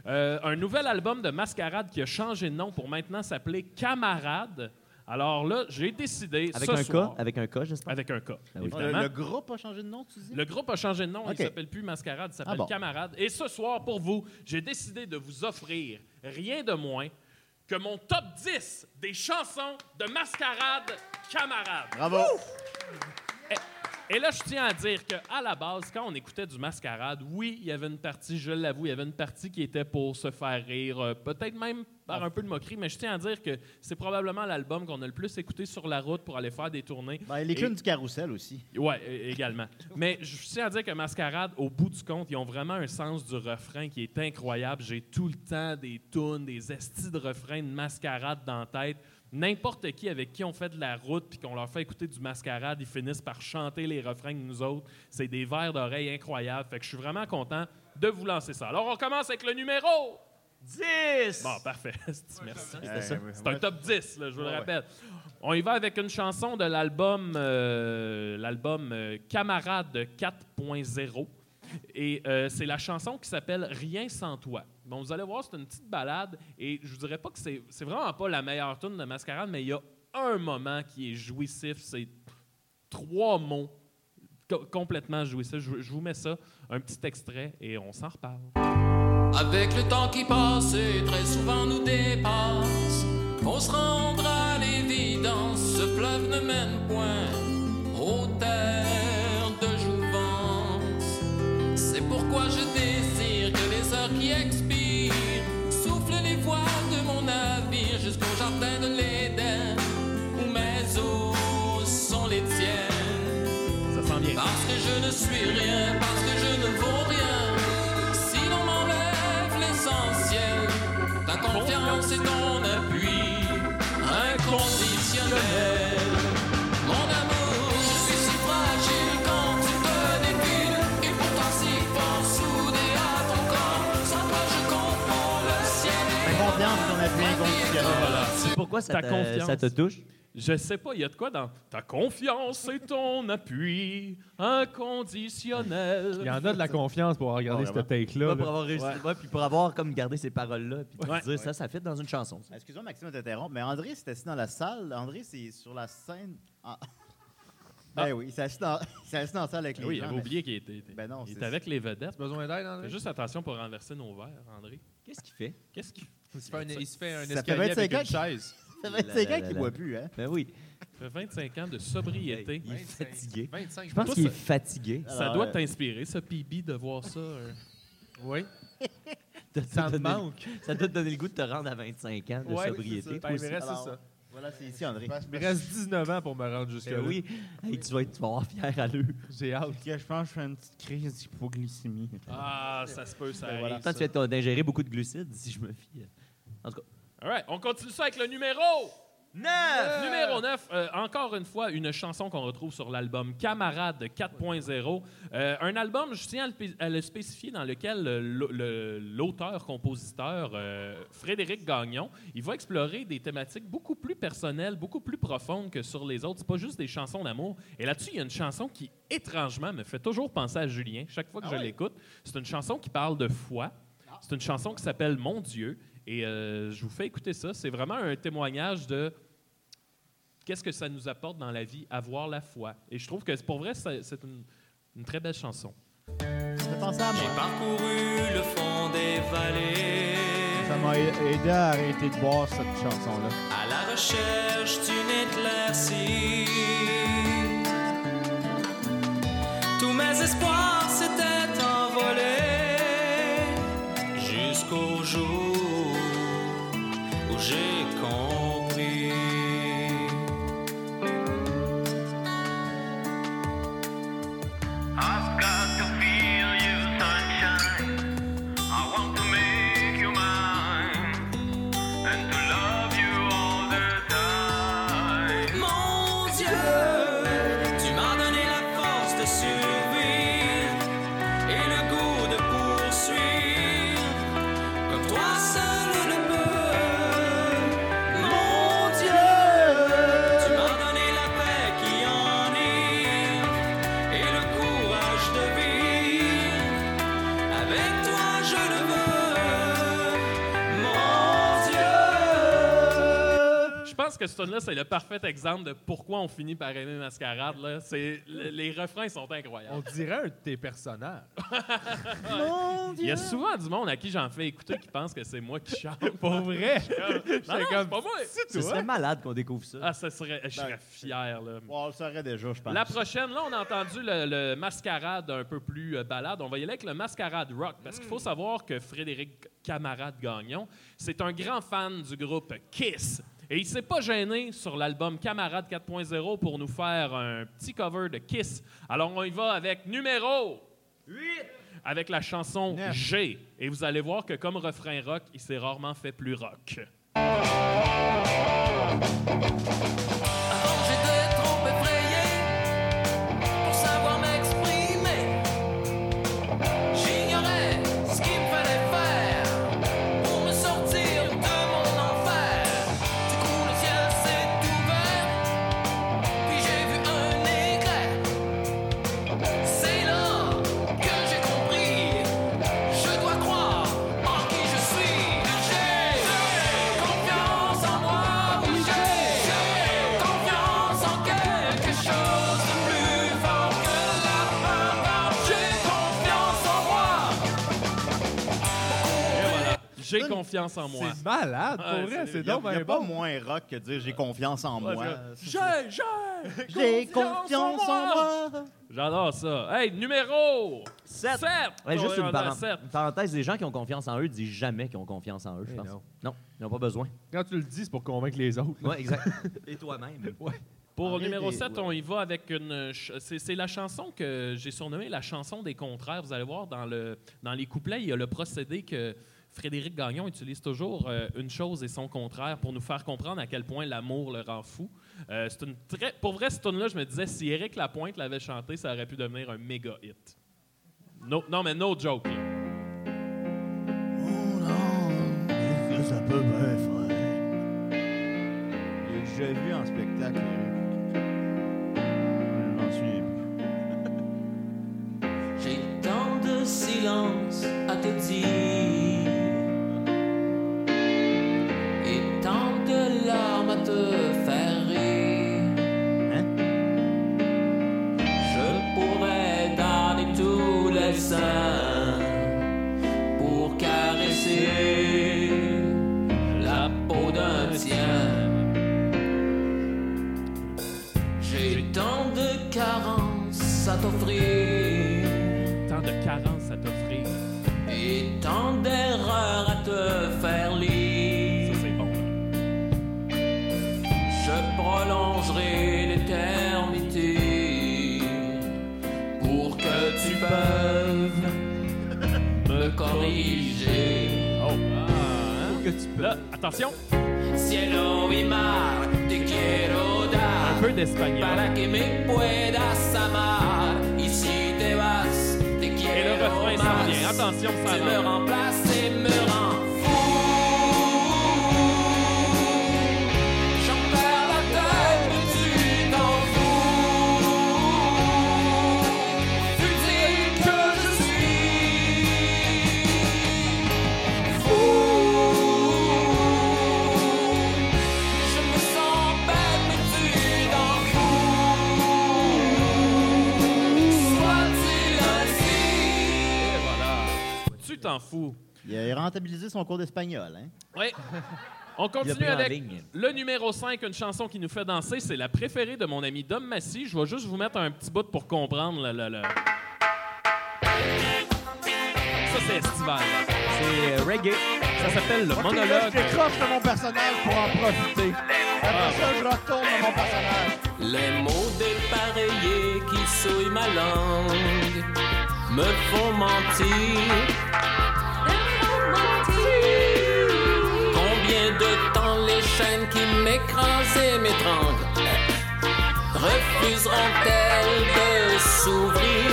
[SPEAKER 1] Euh, un nouvel album de Mascarade qui a changé de nom pour maintenant s'appeler Camarade. Alors là, j'ai décidé
[SPEAKER 4] Avec
[SPEAKER 1] ce
[SPEAKER 4] un
[SPEAKER 1] soir-
[SPEAKER 4] cas, avec un cas, j'espère.
[SPEAKER 1] avec un cas,
[SPEAKER 4] Ah oui.
[SPEAKER 2] Oh, le,
[SPEAKER 1] évidemment.
[SPEAKER 2] le groupe a changé de nom, tu dis?
[SPEAKER 1] Le groupe a changé de nom,
[SPEAKER 2] OK.
[SPEAKER 1] il s'appelle plus Mascarade, il s'appelle
[SPEAKER 2] Ah bon.
[SPEAKER 1] Camarade. Et ce soir, pour vous, j'ai décidé de vous offrir rien de moins que mon top 10 des chansons de Mascarade Camarade.
[SPEAKER 2] Bravo!
[SPEAKER 1] Et là, je tiens à dire qu'à la base, quand on écoutait du mascarade, oui, il y avait une partie, je l'avoue, il y avait une partie qui était pour se faire rire, euh, peut-être même par
[SPEAKER 2] Ah.
[SPEAKER 1] un peu de moquerie, mais je tiens à dire que c'est probablement l'album qu'on a le plus écouté sur la route pour aller faire des tournées.
[SPEAKER 2] Ben, les
[SPEAKER 1] Et-
[SPEAKER 2] clowns du carrousel aussi.
[SPEAKER 1] Oui, également. Mais je tiens à dire que Mascarade, au bout du compte, ils ont vraiment un sens du refrain qui est incroyable. J'ai tout le temps des tunes, des estis de refrains de Mascarade dans la tête. N'importe qui avec qui on fait de la route puis qu'on leur fait écouter du Mascarade, ils finissent par chanter les refrains que nous autres. C'est des vers d'oreille incroyables. Fait que je suis vraiment content de vous lancer ça. Alors, on commence avec le numéro 10! Bon, parfait. Merci.
[SPEAKER 2] C'était ça.
[SPEAKER 1] C'est un top 10, là, je vous le rappelle. On y va avec une chanson de l'album euh, l'album euh, Camarade 4.0. Et euh, c'est la chanson qui s'appelle Rien sans toi. Bon, vous allez voir, c'est une petite balade. Et je vous dirais pas que c'est c'est vraiment pas la meilleure tune de Mascarade, mais il y a un moment qui est jouissif. C'est trois mots co- complètement jouissifs. Je, je vous mets ça, un petit extrait, et on s'en reparle.
[SPEAKER 9] Avec le temps qui passe et très souvent nous dépasse, on se rendra à l'évidence, ce fleuve ne mène point aux terres de jouvence. C'est pourquoi je désire que les heures qui expirent soufflent les voiles de mon navire jusqu'au jardin de l'Éden, où mes eaux sont les tiennes.
[SPEAKER 1] Ça sent bien.
[SPEAKER 9] Parce que je ne suis rien, parce que je ne vaux rien. Si l'on m'enlève l'essentiel, ta confiance et ton appui inconditionnel. Mon amour, je suis si fragile quand tu te défiles, et pourtant si fort soudé à ton corps. Sans toi, je comprends le ciel
[SPEAKER 2] Ta
[SPEAKER 9] et
[SPEAKER 2] confiance et ton appui inconditionnel.
[SPEAKER 1] Ah, Voilà.
[SPEAKER 4] Pourquoi ça
[SPEAKER 1] Ta
[SPEAKER 4] te-
[SPEAKER 1] confiance.
[SPEAKER 4] ça te touche?
[SPEAKER 1] Je sais pas, il y a de quoi dans ta confiance et ton appui inconditionnel.
[SPEAKER 3] Il y en a de la confiance pour regarder
[SPEAKER 2] Ah,
[SPEAKER 3] cette take-là.
[SPEAKER 4] Ouais,
[SPEAKER 3] là.
[SPEAKER 4] pour avoir réussi,
[SPEAKER 1] Ouais.
[SPEAKER 4] ouais, puis pour avoir comme gardé ces paroles-là, puis
[SPEAKER 1] Ouais.
[SPEAKER 4] te dire ça, ça fit dans une chanson. ça.
[SPEAKER 2] Excuse-moi, Maxime, de t'interrompre, mais André, c'est assis dans la salle. André, c'est sur la scène. Ah. Ben oui, il s'est assis, dans... il s'est assis dans la salle avec les
[SPEAKER 1] Oui,
[SPEAKER 2] gens.
[SPEAKER 1] j'avais
[SPEAKER 2] mais-
[SPEAKER 1] oublié qu'il était,
[SPEAKER 2] Ben non,
[SPEAKER 1] il
[SPEAKER 2] c'est-
[SPEAKER 1] était avec les vedettes.
[SPEAKER 3] Besoin d'aide, André?
[SPEAKER 1] Fais juste attention pour renverser nos verres, André.
[SPEAKER 4] Qu'est-ce qu'il fait?
[SPEAKER 1] Qu'est-ce qui fait
[SPEAKER 3] Il se fait un, il se fait un
[SPEAKER 2] Ça fait
[SPEAKER 3] escalier
[SPEAKER 2] 25
[SPEAKER 3] avec
[SPEAKER 2] ans
[SPEAKER 3] une
[SPEAKER 2] que-
[SPEAKER 3] chaise.
[SPEAKER 2] Ça fait 25
[SPEAKER 4] La,
[SPEAKER 2] ans
[SPEAKER 4] la,
[SPEAKER 2] qu'il
[SPEAKER 4] la,
[SPEAKER 2] boit
[SPEAKER 4] la.
[SPEAKER 2] plus, hein?
[SPEAKER 4] Ben oui,
[SPEAKER 1] 25 ans de sobriété?
[SPEAKER 4] il est fatigué.
[SPEAKER 3] 25.
[SPEAKER 4] Je pense
[SPEAKER 1] Toi,
[SPEAKER 4] qu'il est
[SPEAKER 1] ça-
[SPEAKER 4] fatigué.
[SPEAKER 1] Ça
[SPEAKER 2] Alors,
[SPEAKER 1] doit
[SPEAKER 2] euh,
[SPEAKER 1] t'inspirer, ça, PB, de voir ça. euh.
[SPEAKER 3] Oui. Ça
[SPEAKER 4] Ça doit te
[SPEAKER 3] te
[SPEAKER 4] donner-
[SPEAKER 3] manque.
[SPEAKER 4] ça doit te donner le goût de te rendre à 25 ans de
[SPEAKER 3] Ouais,
[SPEAKER 4] sobriété.
[SPEAKER 3] c'est ça. Ben, il me reste
[SPEAKER 2] Alors,
[SPEAKER 3] ça.
[SPEAKER 2] Voilà, c'est ici, André.
[SPEAKER 3] Il me reste 19 ans pour me rendre jusque-là.
[SPEAKER 4] Ben oui, Hey, tu vas être tu vas avoir fier à l'œil.
[SPEAKER 3] J'ai hâte.
[SPEAKER 10] Je pense que je fais une petite crise d'hypoglycémie.
[SPEAKER 1] Ah, ça se peut, ça
[SPEAKER 2] Ben
[SPEAKER 1] arrive.
[SPEAKER 2] voilà.
[SPEAKER 4] Pourtant, tu vas être- d'ingérer beaucoup de glucides, si je me fie.
[SPEAKER 1] All right, on continue ça avec le numéro 9! Numéro 9, euh, encore une fois, une chanson qu'on retrouve sur l'album Camarade 4.0. Euh, un album, je tiens à le, pé- à le spécifier, dans lequel euh, l'au- le- l'auteur-compositeur euh, Frédéric Gagnon, il va explorer des thématiques beaucoup plus personnelles, beaucoup plus profondes que sur les autres. C'est pas juste des chansons d'amour. Et là-dessus, il y a une chanson qui, étrangement, me fait toujours penser à Julien. Chaque
[SPEAKER 2] Ah
[SPEAKER 1] fois que je l'écoute, c'est une chanson qui parle de foi. C'est une chanson qui s'appelle Mon Dieu. Et euh, je vous fais écouter ça. C'est vraiment un témoignage de qu'est-ce que ça nous apporte dans la vie, avoir la foi. Et je trouve que pour vrai, c'est c'est une, une très belle chanson.
[SPEAKER 2] Ça fait penser à
[SPEAKER 9] J'ai
[SPEAKER 2] moi.
[SPEAKER 9] parcouru le fond des vallées.
[SPEAKER 10] Ça m'a aidé à arrêter de boire cette chanson-là.
[SPEAKER 9] à la recherche d'une éclaircie. Tous mes espoirs s'étaient envolés jusqu'au jour où j'ai compris. I've got to feel you, sunshine. I want to make you mine. And to love you all the time. Mon Dieu, tu m'as donné la force de survivre et le goût de poursuivre. Comme toi seul le peux. Mon Dieu, tu m'as donné la paix qui enivre et le courage de vivre. Avec toi je le veux, mon Dieu.
[SPEAKER 1] Je pense que ce tune-là, c'est le parfait exemple de pourquoi on finit par aimer Mascarade. là. C'est- le- les refrains sont
[SPEAKER 3] On
[SPEAKER 1] incroyables.
[SPEAKER 3] dirait un de tes personnages.
[SPEAKER 1] Il y a souvent du monde à qui j'en fais écouter qui pense que c'est moi qui chante.
[SPEAKER 3] Pour vrai.
[SPEAKER 1] non, non, c'est pas
[SPEAKER 3] comme-
[SPEAKER 1] moi.
[SPEAKER 4] Ce serait malade qu'on découvre ça.
[SPEAKER 1] Ah, ça serait, je
[SPEAKER 3] Ben,
[SPEAKER 1] serais fier. Là.
[SPEAKER 2] Ouais, on le saurait déjà, je pense.
[SPEAKER 1] La prochaine, là, on a entendu le, le mascarade un peu plus euh, balade. On va y aller avec le mascarade rock, parce qu'il faut savoir que Frédéric Camarade Gagnon, c'est un grand fan du groupe Kiss. Et il s'est pas gêné sur l'album Camarade 4.0 pour nous faire un petit cover de Kiss. Alors, on y va avec numéro 8, avec la chanson G. Et vous allez voir que comme refrain rock, il s'est rarement fait plus rock.
[SPEAKER 9] Avant j'étais trop effrayé pour savoir m'exprimer. J'ignorais ce qu'il me fallait faire pour me sortir de mon enfer. Du coup le ciel s'est ouvert, puis j'ai vu un éclair. C'est là que j'ai compris. Je dois croire en qui je suis. J'ai confiance en moi. Oui, j'ai confiance en quelque chose de
[SPEAKER 1] J'ai confiance en moi.
[SPEAKER 3] C'est malade,
[SPEAKER 1] Ouais,
[SPEAKER 3] pour vrai,
[SPEAKER 1] c'est-
[SPEAKER 3] c'est
[SPEAKER 2] Il n'y a,
[SPEAKER 3] donc
[SPEAKER 2] y a
[SPEAKER 3] bien
[SPEAKER 2] pas
[SPEAKER 3] bon.
[SPEAKER 2] moins rock que de dire j'ai confiance en
[SPEAKER 1] Ouais,
[SPEAKER 2] moi.
[SPEAKER 1] c'est- J'ai, j'ai,
[SPEAKER 2] J'ai confiance en moi.
[SPEAKER 1] J'adore ça. Hey, numéro 7.
[SPEAKER 4] Sept.
[SPEAKER 3] Ah
[SPEAKER 4] Ouais, juste une, parenthèse.
[SPEAKER 1] Sept.
[SPEAKER 4] une parenthèse, les gens qui ont confiance en eux disent jamais qu'ils ont confiance en eux, je
[SPEAKER 3] Eh
[SPEAKER 4] pense.
[SPEAKER 3] non.
[SPEAKER 4] Non. ils n'ont pas besoin.
[SPEAKER 3] Quand tu le dis, c'est pour convaincre les autres. là.
[SPEAKER 4] Ouais, exact. Et toi-même.
[SPEAKER 1] Pour
[SPEAKER 4] Arrête
[SPEAKER 1] numéro
[SPEAKER 4] des-
[SPEAKER 1] 7, on y va avec une. ch- C'est c'est la chanson que j'ai surnommée la chanson des contraires. Vous allez voir, dans, le, dans les couplets, il y a le procédé que Frédéric Gagnon utilise toujours euh, une chose et son contraire pour nous faire comprendre à quel point l'amour le rend fou. Euh, c'est une très, pour vrai, cette tune-là, je me disais, si Éric Lapointe l'avait chanté, ça aurait pu devenir un méga hit. No- non, mais no joke. là.
[SPEAKER 5] Mon ange, qu'est-ce que ça peut bien faire.
[SPEAKER 10] Je l'ai déjà vu en spectacle. Eric. Je m'en souviens plus.
[SPEAKER 9] J'ai tant de silence à te dire et tant de larmes à te faire rire. Je pourrais donner tous les seins pour caresser la peau d'un tien. J'ai tant de carences à t'offrir
[SPEAKER 1] Tant de carences à t'offrir.
[SPEAKER 9] et tant d'erreurs à te faire
[SPEAKER 1] Ça,
[SPEAKER 9] lire.
[SPEAKER 1] c'est bon.
[SPEAKER 9] Je prolongerai l'éternité pour que tu peux me corriger.
[SPEAKER 1] Oh, ah, hein?
[SPEAKER 3] Que tu peux.
[SPEAKER 1] Là, attention,
[SPEAKER 9] Cielo y mar, te quiero dar.
[SPEAKER 1] un peu d'espagnol.
[SPEAKER 9] para que me puedas amar. Y si te vas, te
[SPEAKER 1] Et le
[SPEAKER 9] quiero
[SPEAKER 1] refrain s'en vient.
[SPEAKER 9] más.
[SPEAKER 1] Attention, ça
[SPEAKER 9] tu me
[SPEAKER 1] rentre.
[SPEAKER 9] remplaces et me rends fou. J'en perds la tête, mais tu t'en fous. Futile que je suis. Fou. Je me sens bête, mais tu t'en fous. Soit-il ainsi.
[SPEAKER 1] Tu t'en fous.
[SPEAKER 2] Il a rentabilisé son cours d'espagnol. Hein?
[SPEAKER 1] Oui. On
[SPEAKER 4] Il
[SPEAKER 1] continue
[SPEAKER 4] a pris en
[SPEAKER 1] avec
[SPEAKER 4] ligne.
[SPEAKER 1] le numéro 5, une chanson qui nous fait danser. C'est la préférée de mon ami Dom Massy. Je vais juste vous mettre un petit bout pour comprendre. le- le- le- Ça, c'est estival. là.
[SPEAKER 4] C'est euh, reggae.
[SPEAKER 1] Ça s'appelle le
[SPEAKER 10] Ok, là,
[SPEAKER 1] monologue.
[SPEAKER 10] je décroche de mon personnage pour en profiter.
[SPEAKER 1] Ah,
[SPEAKER 10] Après ça, je retourne à mon personnage.
[SPEAKER 9] Les mots dépareillés qui souillent ma langue me font mentir. Combien de temps les chaînes qui m'écrasent et m'étranglent refuseront-elles de s'ouvrir?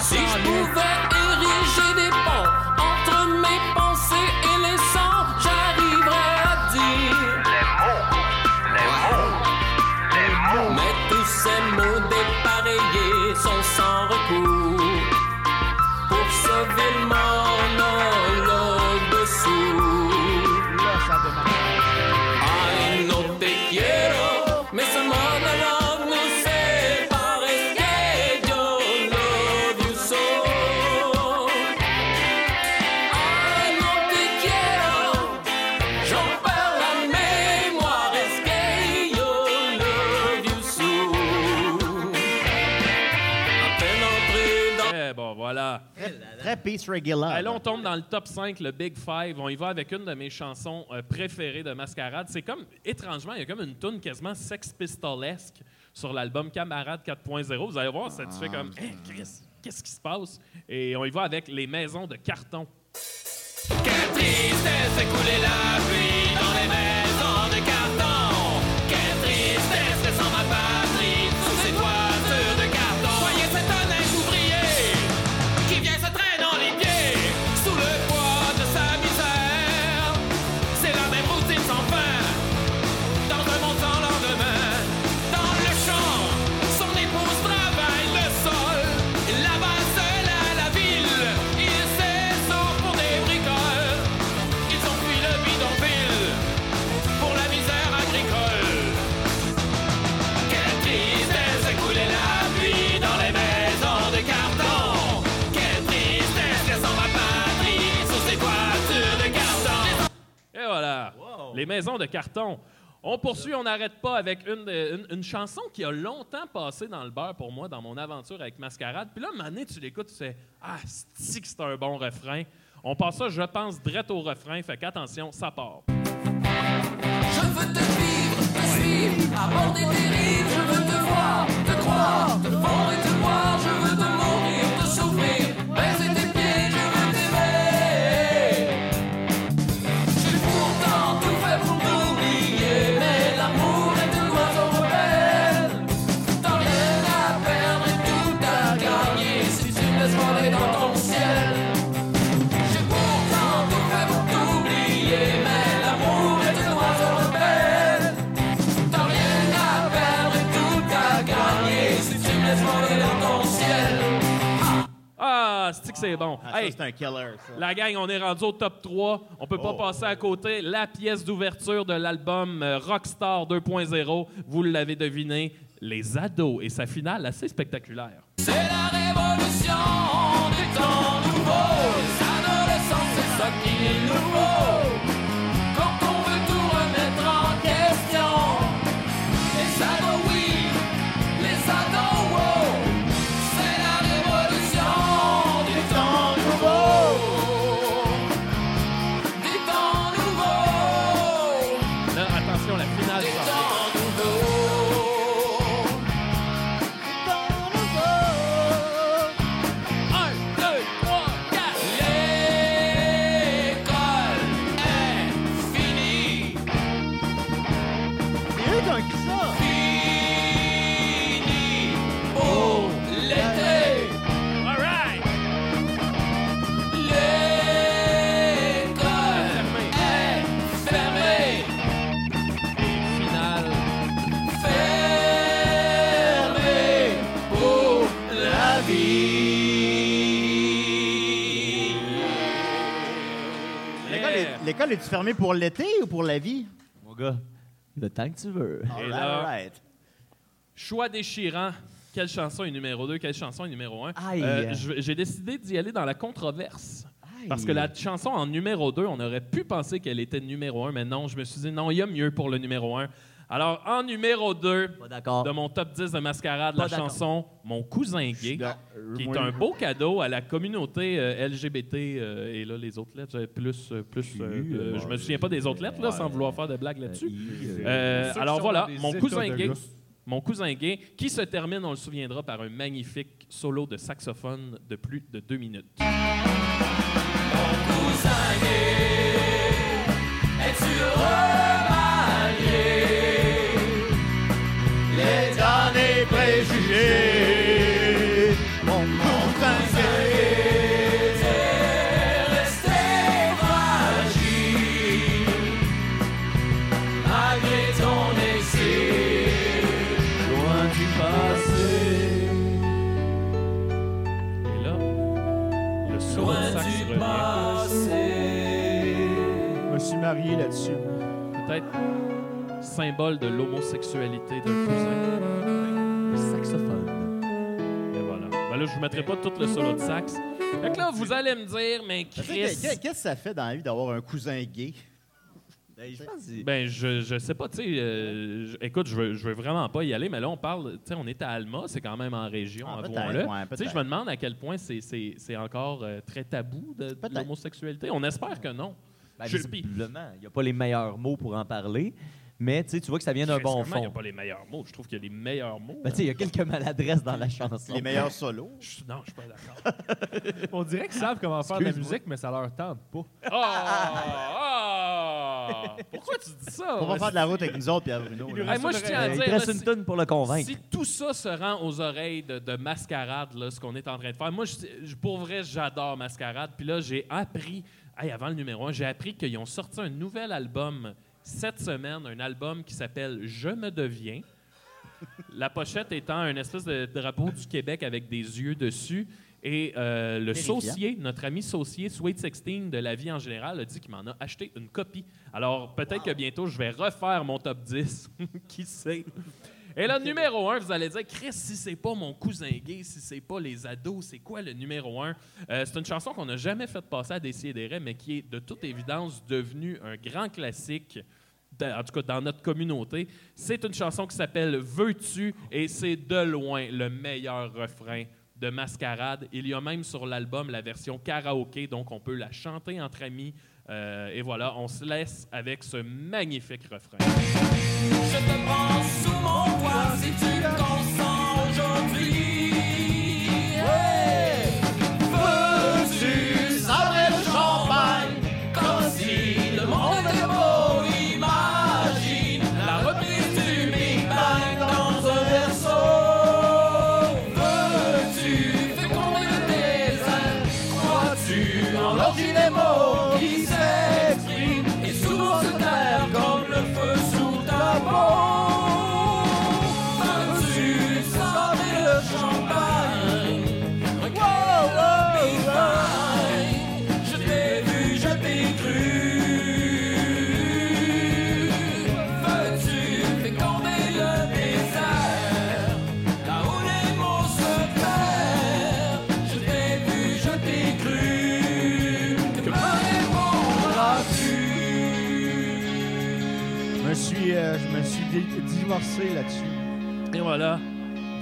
[SPEAKER 9] Si je pouvais ériger des ponts entre mes pensées et les sens, j'arriverais à dire. Mais tous ces mots dépareillés sont sans recours pour ce vil monologue de sourd. Ay, no te quiero, mais ce monologue nous sépare. Est-ce que yo love you so? Ay, no te quiero, J'en perds la mémoire, est-ce que yo love you so? À peine entré dans
[SPEAKER 1] Eh, bon, voilà.
[SPEAKER 2] Très peace regular.
[SPEAKER 1] Allez, là, on tombe dans le top 5, le Big Five. On y va avec une de mes chansons euh, préférées de Mascarade. C'est comme, étrangement, il y a comme une toune quasiment sex pistolesque sur l'album Camarade 4.0. Vous allez voir, ça te fait comme,
[SPEAKER 2] Ah.
[SPEAKER 1] Hey, Chris, qu'est-ce qui se passe? Et on y va avec les maisons de carton.
[SPEAKER 9] Quelle tristesse écouler la pluie dans les maisons de carton. Quelle tristesse que sans ma patrie sous ces toitures de carton. Voyez cet honnête ouvrier qui vient se traînant les pieds sous le poids de sa misère. C'est la même routine sans fin dans un monde sans lendemain. Dans le champ, son épouse travaille le sol. Là-bas, seul à la ville, il s'essouffle pour des bricoles. Ils ont fui le bidonville.
[SPEAKER 1] Les maisons de carton. On poursuit, on n'arrête pas avec une, une- une chanson qui a longtemps passé dans le beurre pour moi dans mon aventure avec Mascarade. Puis là, mané, tu l'écoutes, tu sais, ah, c'est que c'est un bon refrain. On passe ça, je pense, direct au refrain. Fait qu'attention, ça part.
[SPEAKER 9] Je veux te vivre, te suivre, à bord des dérives, je veux te voir, te croire, te vendre et te boire, je veux te mourir, te souffrir, baiser tes pieds, je veux t'aimer. J'ai pourtant tout fait pour t'oublier, mais l'amour est une oiseau rebelle. T'as rien à perdre et tout à gagner si tu me laisses voler dans ton ciel. J'ai pourtant tout fait pour t'oublier, mais l'amour est un oiseau rebelle. T'as rien à perdre et tout à gagner si tu me laisses voler dans ton ciel.
[SPEAKER 1] Ah, c'est que c'est bon.
[SPEAKER 2] Ah,
[SPEAKER 1] Hey,
[SPEAKER 2] ça, c'est un killer, ça.
[SPEAKER 1] La gang, on est rendu au top 3. On peut pas
[SPEAKER 2] Oh.
[SPEAKER 1] passer à côté. La pièce d'ouverture de l'album euh, Rockstar 2.0, vous l'avez deviné, Les Ados. Et sa finale assez spectaculaire.
[SPEAKER 9] C'est la révolution du temps nouveau. L'adolescence, c'est ça qui est nouveau. Quand on veut tout remettre en question. Les ados, oui, les ados, wow. C'est la révolution du temps nouveau. Du temps nouveau.
[SPEAKER 1] Là, attention, la finale.
[SPEAKER 9] Du
[SPEAKER 1] s'en vient.
[SPEAKER 9] temps nouveau. Un, deux, trois, quatre. L'école est finie.
[SPEAKER 2] C'est eux qui ont écrit ça!
[SPEAKER 9] Fini pour l'été.
[SPEAKER 1] All right!
[SPEAKER 9] L'école est fermée.
[SPEAKER 1] Finale.
[SPEAKER 9] Fermée pour la vie.
[SPEAKER 2] L'école est- L'école est-tu fermée pour l'été ou pour la vie?
[SPEAKER 4] Mon gars, le temps que tu veux.
[SPEAKER 2] All
[SPEAKER 1] là-
[SPEAKER 2] right.
[SPEAKER 1] Choix déchirant. Quelle chanson est numéro 2? Quelle chanson est numéro 1?
[SPEAKER 4] Aïe.
[SPEAKER 1] J'ai décidé d'y aller dans la controverse. Parce que la chanson en numéro 2, on aurait pu penser qu'elle était numéro 1, mais non, je me suis dit non, il y a mieux pour le numéro 1. Alors, en numéro 2
[SPEAKER 4] Pas d'accord.
[SPEAKER 1] de mon top 10 de mascarade,
[SPEAKER 4] Pas
[SPEAKER 1] la
[SPEAKER 4] d'accord.
[SPEAKER 1] chanson Mon cousin gay, qui est un beau cadeau à la communauté euh, LGBT. euh, et là, les autres lettres, j'avais plus. euh, plus euh, de- je me souviens pas des autres lettres, là, sans vouloir faire de blagues là-dessus. Euh,
[SPEAKER 3] Ceux qui
[SPEAKER 1] alors
[SPEAKER 3] sont
[SPEAKER 1] voilà,
[SPEAKER 3] dans des
[SPEAKER 1] mon
[SPEAKER 3] états
[SPEAKER 1] cousin
[SPEAKER 3] de
[SPEAKER 1] gay.
[SPEAKER 3] lousse.
[SPEAKER 1] Mon cousin gay, qui se termine, on le souviendra, par un magnifique solo de saxophone de plus de deux minutes.
[SPEAKER 9] cousin gay, es-tu remarié Les derniers préjugés Mon cousin gay est resté fragile Malgré ton exil, loin du passé
[SPEAKER 1] Et là, le solo de
[SPEAKER 9] Loin
[SPEAKER 1] sax
[SPEAKER 9] du
[SPEAKER 1] revient.
[SPEAKER 9] passé
[SPEAKER 10] Je me suis marié là-dessus.
[SPEAKER 1] Peut-être symbole de l'homosexualité d'un cousin.
[SPEAKER 4] Le saxophone.
[SPEAKER 1] Et voilà. Ben là, je vous mettrai pas tout le solo de sax. Fait que là, vous allez me dire, mais
[SPEAKER 2] Tu sais, qu'est- qu'est-
[SPEAKER 1] Chris...
[SPEAKER 2] Qu'est-ce que ça fait dans la vie d'avoir un cousin gay?
[SPEAKER 4] je pense que c'est-
[SPEAKER 1] Ben, je, je sais pas, tu sais, euh, je- écoute, je veux, je veux vraiment pas y aller, mais là, on parle, tu sais, on est à Alma, c'est quand même en région,
[SPEAKER 2] Ah, peut-être,
[SPEAKER 1] avouons-le.
[SPEAKER 2] ouais,
[SPEAKER 1] tu sais, je
[SPEAKER 2] peut-être.
[SPEAKER 1] me demande à quel point c'est- c'est c'est encore euh, très tabou de, de
[SPEAKER 2] Peut-être.
[SPEAKER 1] l'homosexualité. On espère que non.
[SPEAKER 4] Ben,
[SPEAKER 1] Je-
[SPEAKER 4] visiblement, il n'y a pas les meilleurs mots pour en parler, mais tu sais, tu vois que ça vient d'un
[SPEAKER 1] Chris,
[SPEAKER 4] bon
[SPEAKER 1] comment Il n'y a
[SPEAKER 4] fond.
[SPEAKER 1] pas les meilleurs mots. Je trouve qu'il y a les meilleurs mots. hein.
[SPEAKER 4] Ben, tu sais, il y a quelques maladresses dans la chanson.
[SPEAKER 2] Les meilleurs solos?
[SPEAKER 1] Je- non, je suis pas d'accord.
[SPEAKER 3] On dirait qu'ils savent comment faire de la
[SPEAKER 4] Excuse-moi.
[SPEAKER 3] musique, mais ça leur tente pas.
[SPEAKER 1] Ah!
[SPEAKER 3] Oh!
[SPEAKER 1] Ah! Pourquoi tu dis ça?
[SPEAKER 2] On va faire de la route avec nous autres, Pierre Bruno. là.
[SPEAKER 1] Hey, moi, je tiens à
[SPEAKER 4] Il
[SPEAKER 1] dire,
[SPEAKER 4] te
[SPEAKER 1] là,
[SPEAKER 4] reste une
[SPEAKER 1] si-
[SPEAKER 4] tonne pour le convaincre.
[SPEAKER 1] Si tout ça se rend aux oreilles de, de Mascarade, là, ce qu'on est en train de faire, moi, je- je- pour vrai, j'adore Mascarade. Puis là, j'ai appris, hey, avant le numéro 1, j'ai appris qu'ils ont sorti un nouvel album cette semaine, un album qui s'appelle Je me deviens. La pochette étant un espèce de drapeau du Québec avec des yeux dessus. Et euh, le
[SPEAKER 2] Terrifiant.
[SPEAKER 1] saucier, notre ami saucier, Sweet 16 de la vie en général, a dit qu'il m'en a acheté une copie. Alors peut-être que bientôt, je vais refaire mon top 10. Qui sait? Et là, numéro un, vous allez dire, Chris, si c'est pas mon cousin gay, si c'est pas les ados, c'est quoi le numéro un? Euh, c'est une chanson qu'on n'a jamais fait passer à des mais qui est de toute évidence devenue un grand classique dans- en tout cas dans notre communauté. C'est une chanson qui s'appelle Veux-tu et c'est de loin le meilleur refrain de Mascarade. Il y a même sur l'album la version karaoké, donc on peut la chanter entre amis. Euh, et voilà, on se laisse avec ce magnifique refrain.
[SPEAKER 9] Je te prends sous mon toit si tu consens aujourd'hui. Veux-tu sabrer le champagne comme si le monde était beau? Imagine la reprise du Big Bang dans un berceau. Veux-tu féconder le désert? Crois-tu en l'origine des mots qui s'expriment et souvent se terre comme le feu sous ta peau? Veux-tu sabrer le champagne? Regarde le Big Bang. Je t'ai vu, je t'ai cru. Veux-tu féconder le désert? Là où les mots se perdent, je t'ai vu, je t'ai cru. Que me
[SPEAKER 10] Je me suis, euh, je me suis dé- divorcé là-dessus.
[SPEAKER 1] Et voilà,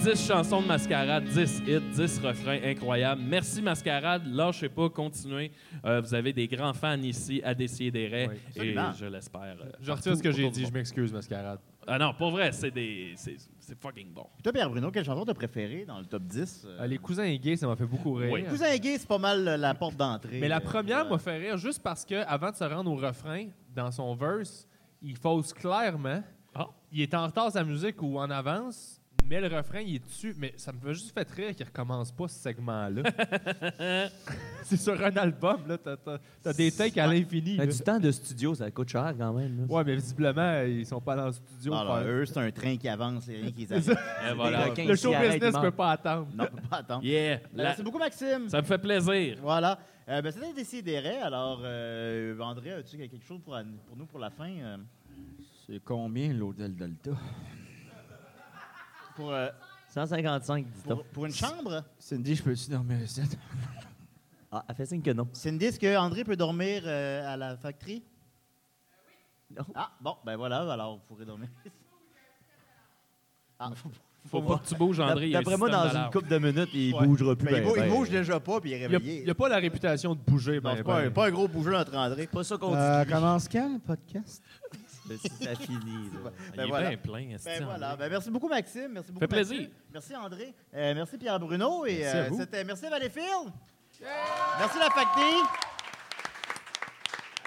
[SPEAKER 1] 10 chansons de Mascarade, 10 hits, 10 refrains incroyables. Merci Mascarade, lâchez pas, continuez. Euh, vous avez des grands fans ici à Décider
[SPEAKER 3] Oui,
[SPEAKER 1] et
[SPEAKER 2] absolument.
[SPEAKER 1] je l'espère. euh,
[SPEAKER 3] Je retire ce que
[SPEAKER 1] partout
[SPEAKER 3] j'ai
[SPEAKER 1] autour
[SPEAKER 3] dit,
[SPEAKER 1] du
[SPEAKER 3] je
[SPEAKER 1] monde.
[SPEAKER 3] m'excuse, mascarade.
[SPEAKER 1] Ah non, pour vrai, c'est des c'est c'est fucking bon.
[SPEAKER 2] Puis Toi, Pierre Bruno, quelle chanson t'as préférée dans le top 10? euh?
[SPEAKER 3] Euh, les cousins gays, ça m'a fait beaucoup rire.
[SPEAKER 1] Oui.
[SPEAKER 2] Cousin gay, c'est pas mal euh, la porte d'entrée.
[SPEAKER 3] Mais la
[SPEAKER 2] euh,
[SPEAKER 3] première
[SPEAKER 2] euh,
[SPEAKER 3] m'a fait rire juste parce que avant de se rendre au refrain, dans son verse, il fausse clairement.
[SPEAKER 1] Ah.
[SPEAKER 3] Il est en retard sa musique ou en avance, mais le refrain, il est dessus. Mais ça me fait juste fait rire qu'il recommence pas ce segment-là. c'est sur un album, là. T'as, t'as- t'as des takes à l'infini. là.
[SPEAKER 4] Ben, du temps de studio, ça coûte cher quand même.
[SPEAKER 3] Ouais, mais visiblement, ils sont pas dans le studio.
[SPEAKER 2] ah,
[SPEAKER 3] pour
[SPEAKER 2] là,
[SPEAKER 3] faire-
[SPEAKER 2] eux, c'est un train qui avance et rien qui arrive.
[SPEAKER 1] Et voilà.
[SPEAKER 4] requins.
[SPEAKER 3] le show
[SPEAKER 4] Ici, arrête,
[SPEAKER 3] business
[SPEAKER 4] il
[SPEAKER 3] peut
[SPEAKER 4] manque.
[SPEAKER 3] pas attendre.
[SPEAKER 2] non, on peut pas attendre. Ben,
[SPEAKER 1] Yeah, la-
[SPEAKER 2] Merci beaucoup, Maxime.
[SPEAKER 1] ça me fait plaisir.
[SPEAKER 2] Voilà. Euh, ben, C'était Décideret. Alors, euh, André, as-tu quelque chose pour, pour nous pour la fin? euh,
[SPEAKER 5] C'est combien l'hôtel Delta?
[SPEAKER 2] pour, euh,
[SPEAKER 4] 155,
[SPEAKER 2] pour,
[SPEAKER 4] dit-on.
[SPEAKER 2] pour une chambre?
[SPEAKER 5] Cindy, je peux-tu dormir ici?
[SPEAKER 4] Ah, elle fait signe que non.
[SPEAKER 2] Cindy, est-ce que André peut dormir euh, à la factory?
[SPEAKER 1] Euh,
[SPEAKER 4] Non.
[SPEAKER 2] Ah, bon, ben voilà, alors vous pourrez dormir. Ah, faut-
[SPEAKER 1] Faut pas que tu bouges, André. il y a un
[SPEAKER 4] D'après moi,
[SPEAKER 1] système
[SPEAKER 4] dans une
[SPEAKER 1] d'alarme.
[SPEAKER 4] couple de minutes, il bougera plus.
[SPEAKER 2] ben, il,
[SPEAKER 4] ben,
[SPEAKER 2] bou- il
[SPEAKER 4] ben.
[SPEAKER 2] bouge déjà pas, puis il est
[SPEAKER 3] Il y a-
[SPEAKER 2] réveillé.
[SPEAKER 3] Il n'y a pas la réputation de bouger.
[SPEAKER 2] Non,
[SPEAKER 3] ben,
[SPEAKER 2] c'est pas, un-
[SPEAKER 3] ben.
[SPEAKER 2] pas un gros bougeur, notre André.
[SPEAKER 4] Pas ça qu'on dit.
[SPEAKER 5] Euh, commence quand le podcast?
[SPEAKER 4] Mais Ben, si ça finit. là.
[SPEAKER 1] Il
[SPEAKER 2] Ben
[SPEAKER 1] est
[SPEAKER 2] voilà.
[SPEAKER 1] bien plein. esti, André.
[SPEAKER 2] Ben voilà. Ben, merci beaucoup, Maxime. Merci beaucoup.
[SPEAKER 1] Fait plaisir.
[SPEAKER 2] Mathieu. Merci, André. Euh, merci, Pierre-Bruno. Et
[SPEAKER 3] Merci à
[SPEAKER 2] euh,
[SPEAKER 3] vous.
[SPEAKER 2] c'était- merci, Valleyfield. Merci, la Facté.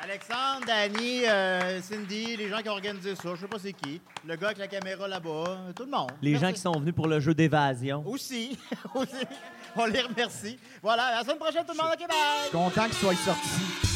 [SPEAKER 2] Alexandre, Danny, euh, Cindy, les gens qui ont organisé ça, je sais pas c'est qui. Le gars avec la caméra là-bas, tout le monde.
[SPEAKER 4] Les
[SPEAKER 2] Merci.
[SPEAKER 4] gens qui sont venus pour le jeu d'évasion.
[SPEAKER 2] Aussi, aussi. On les remercie. Voilà, à la semaine prochaine, tout le monde. OK, bye.
[SPEAKER 5] Content qu'il soit sorti.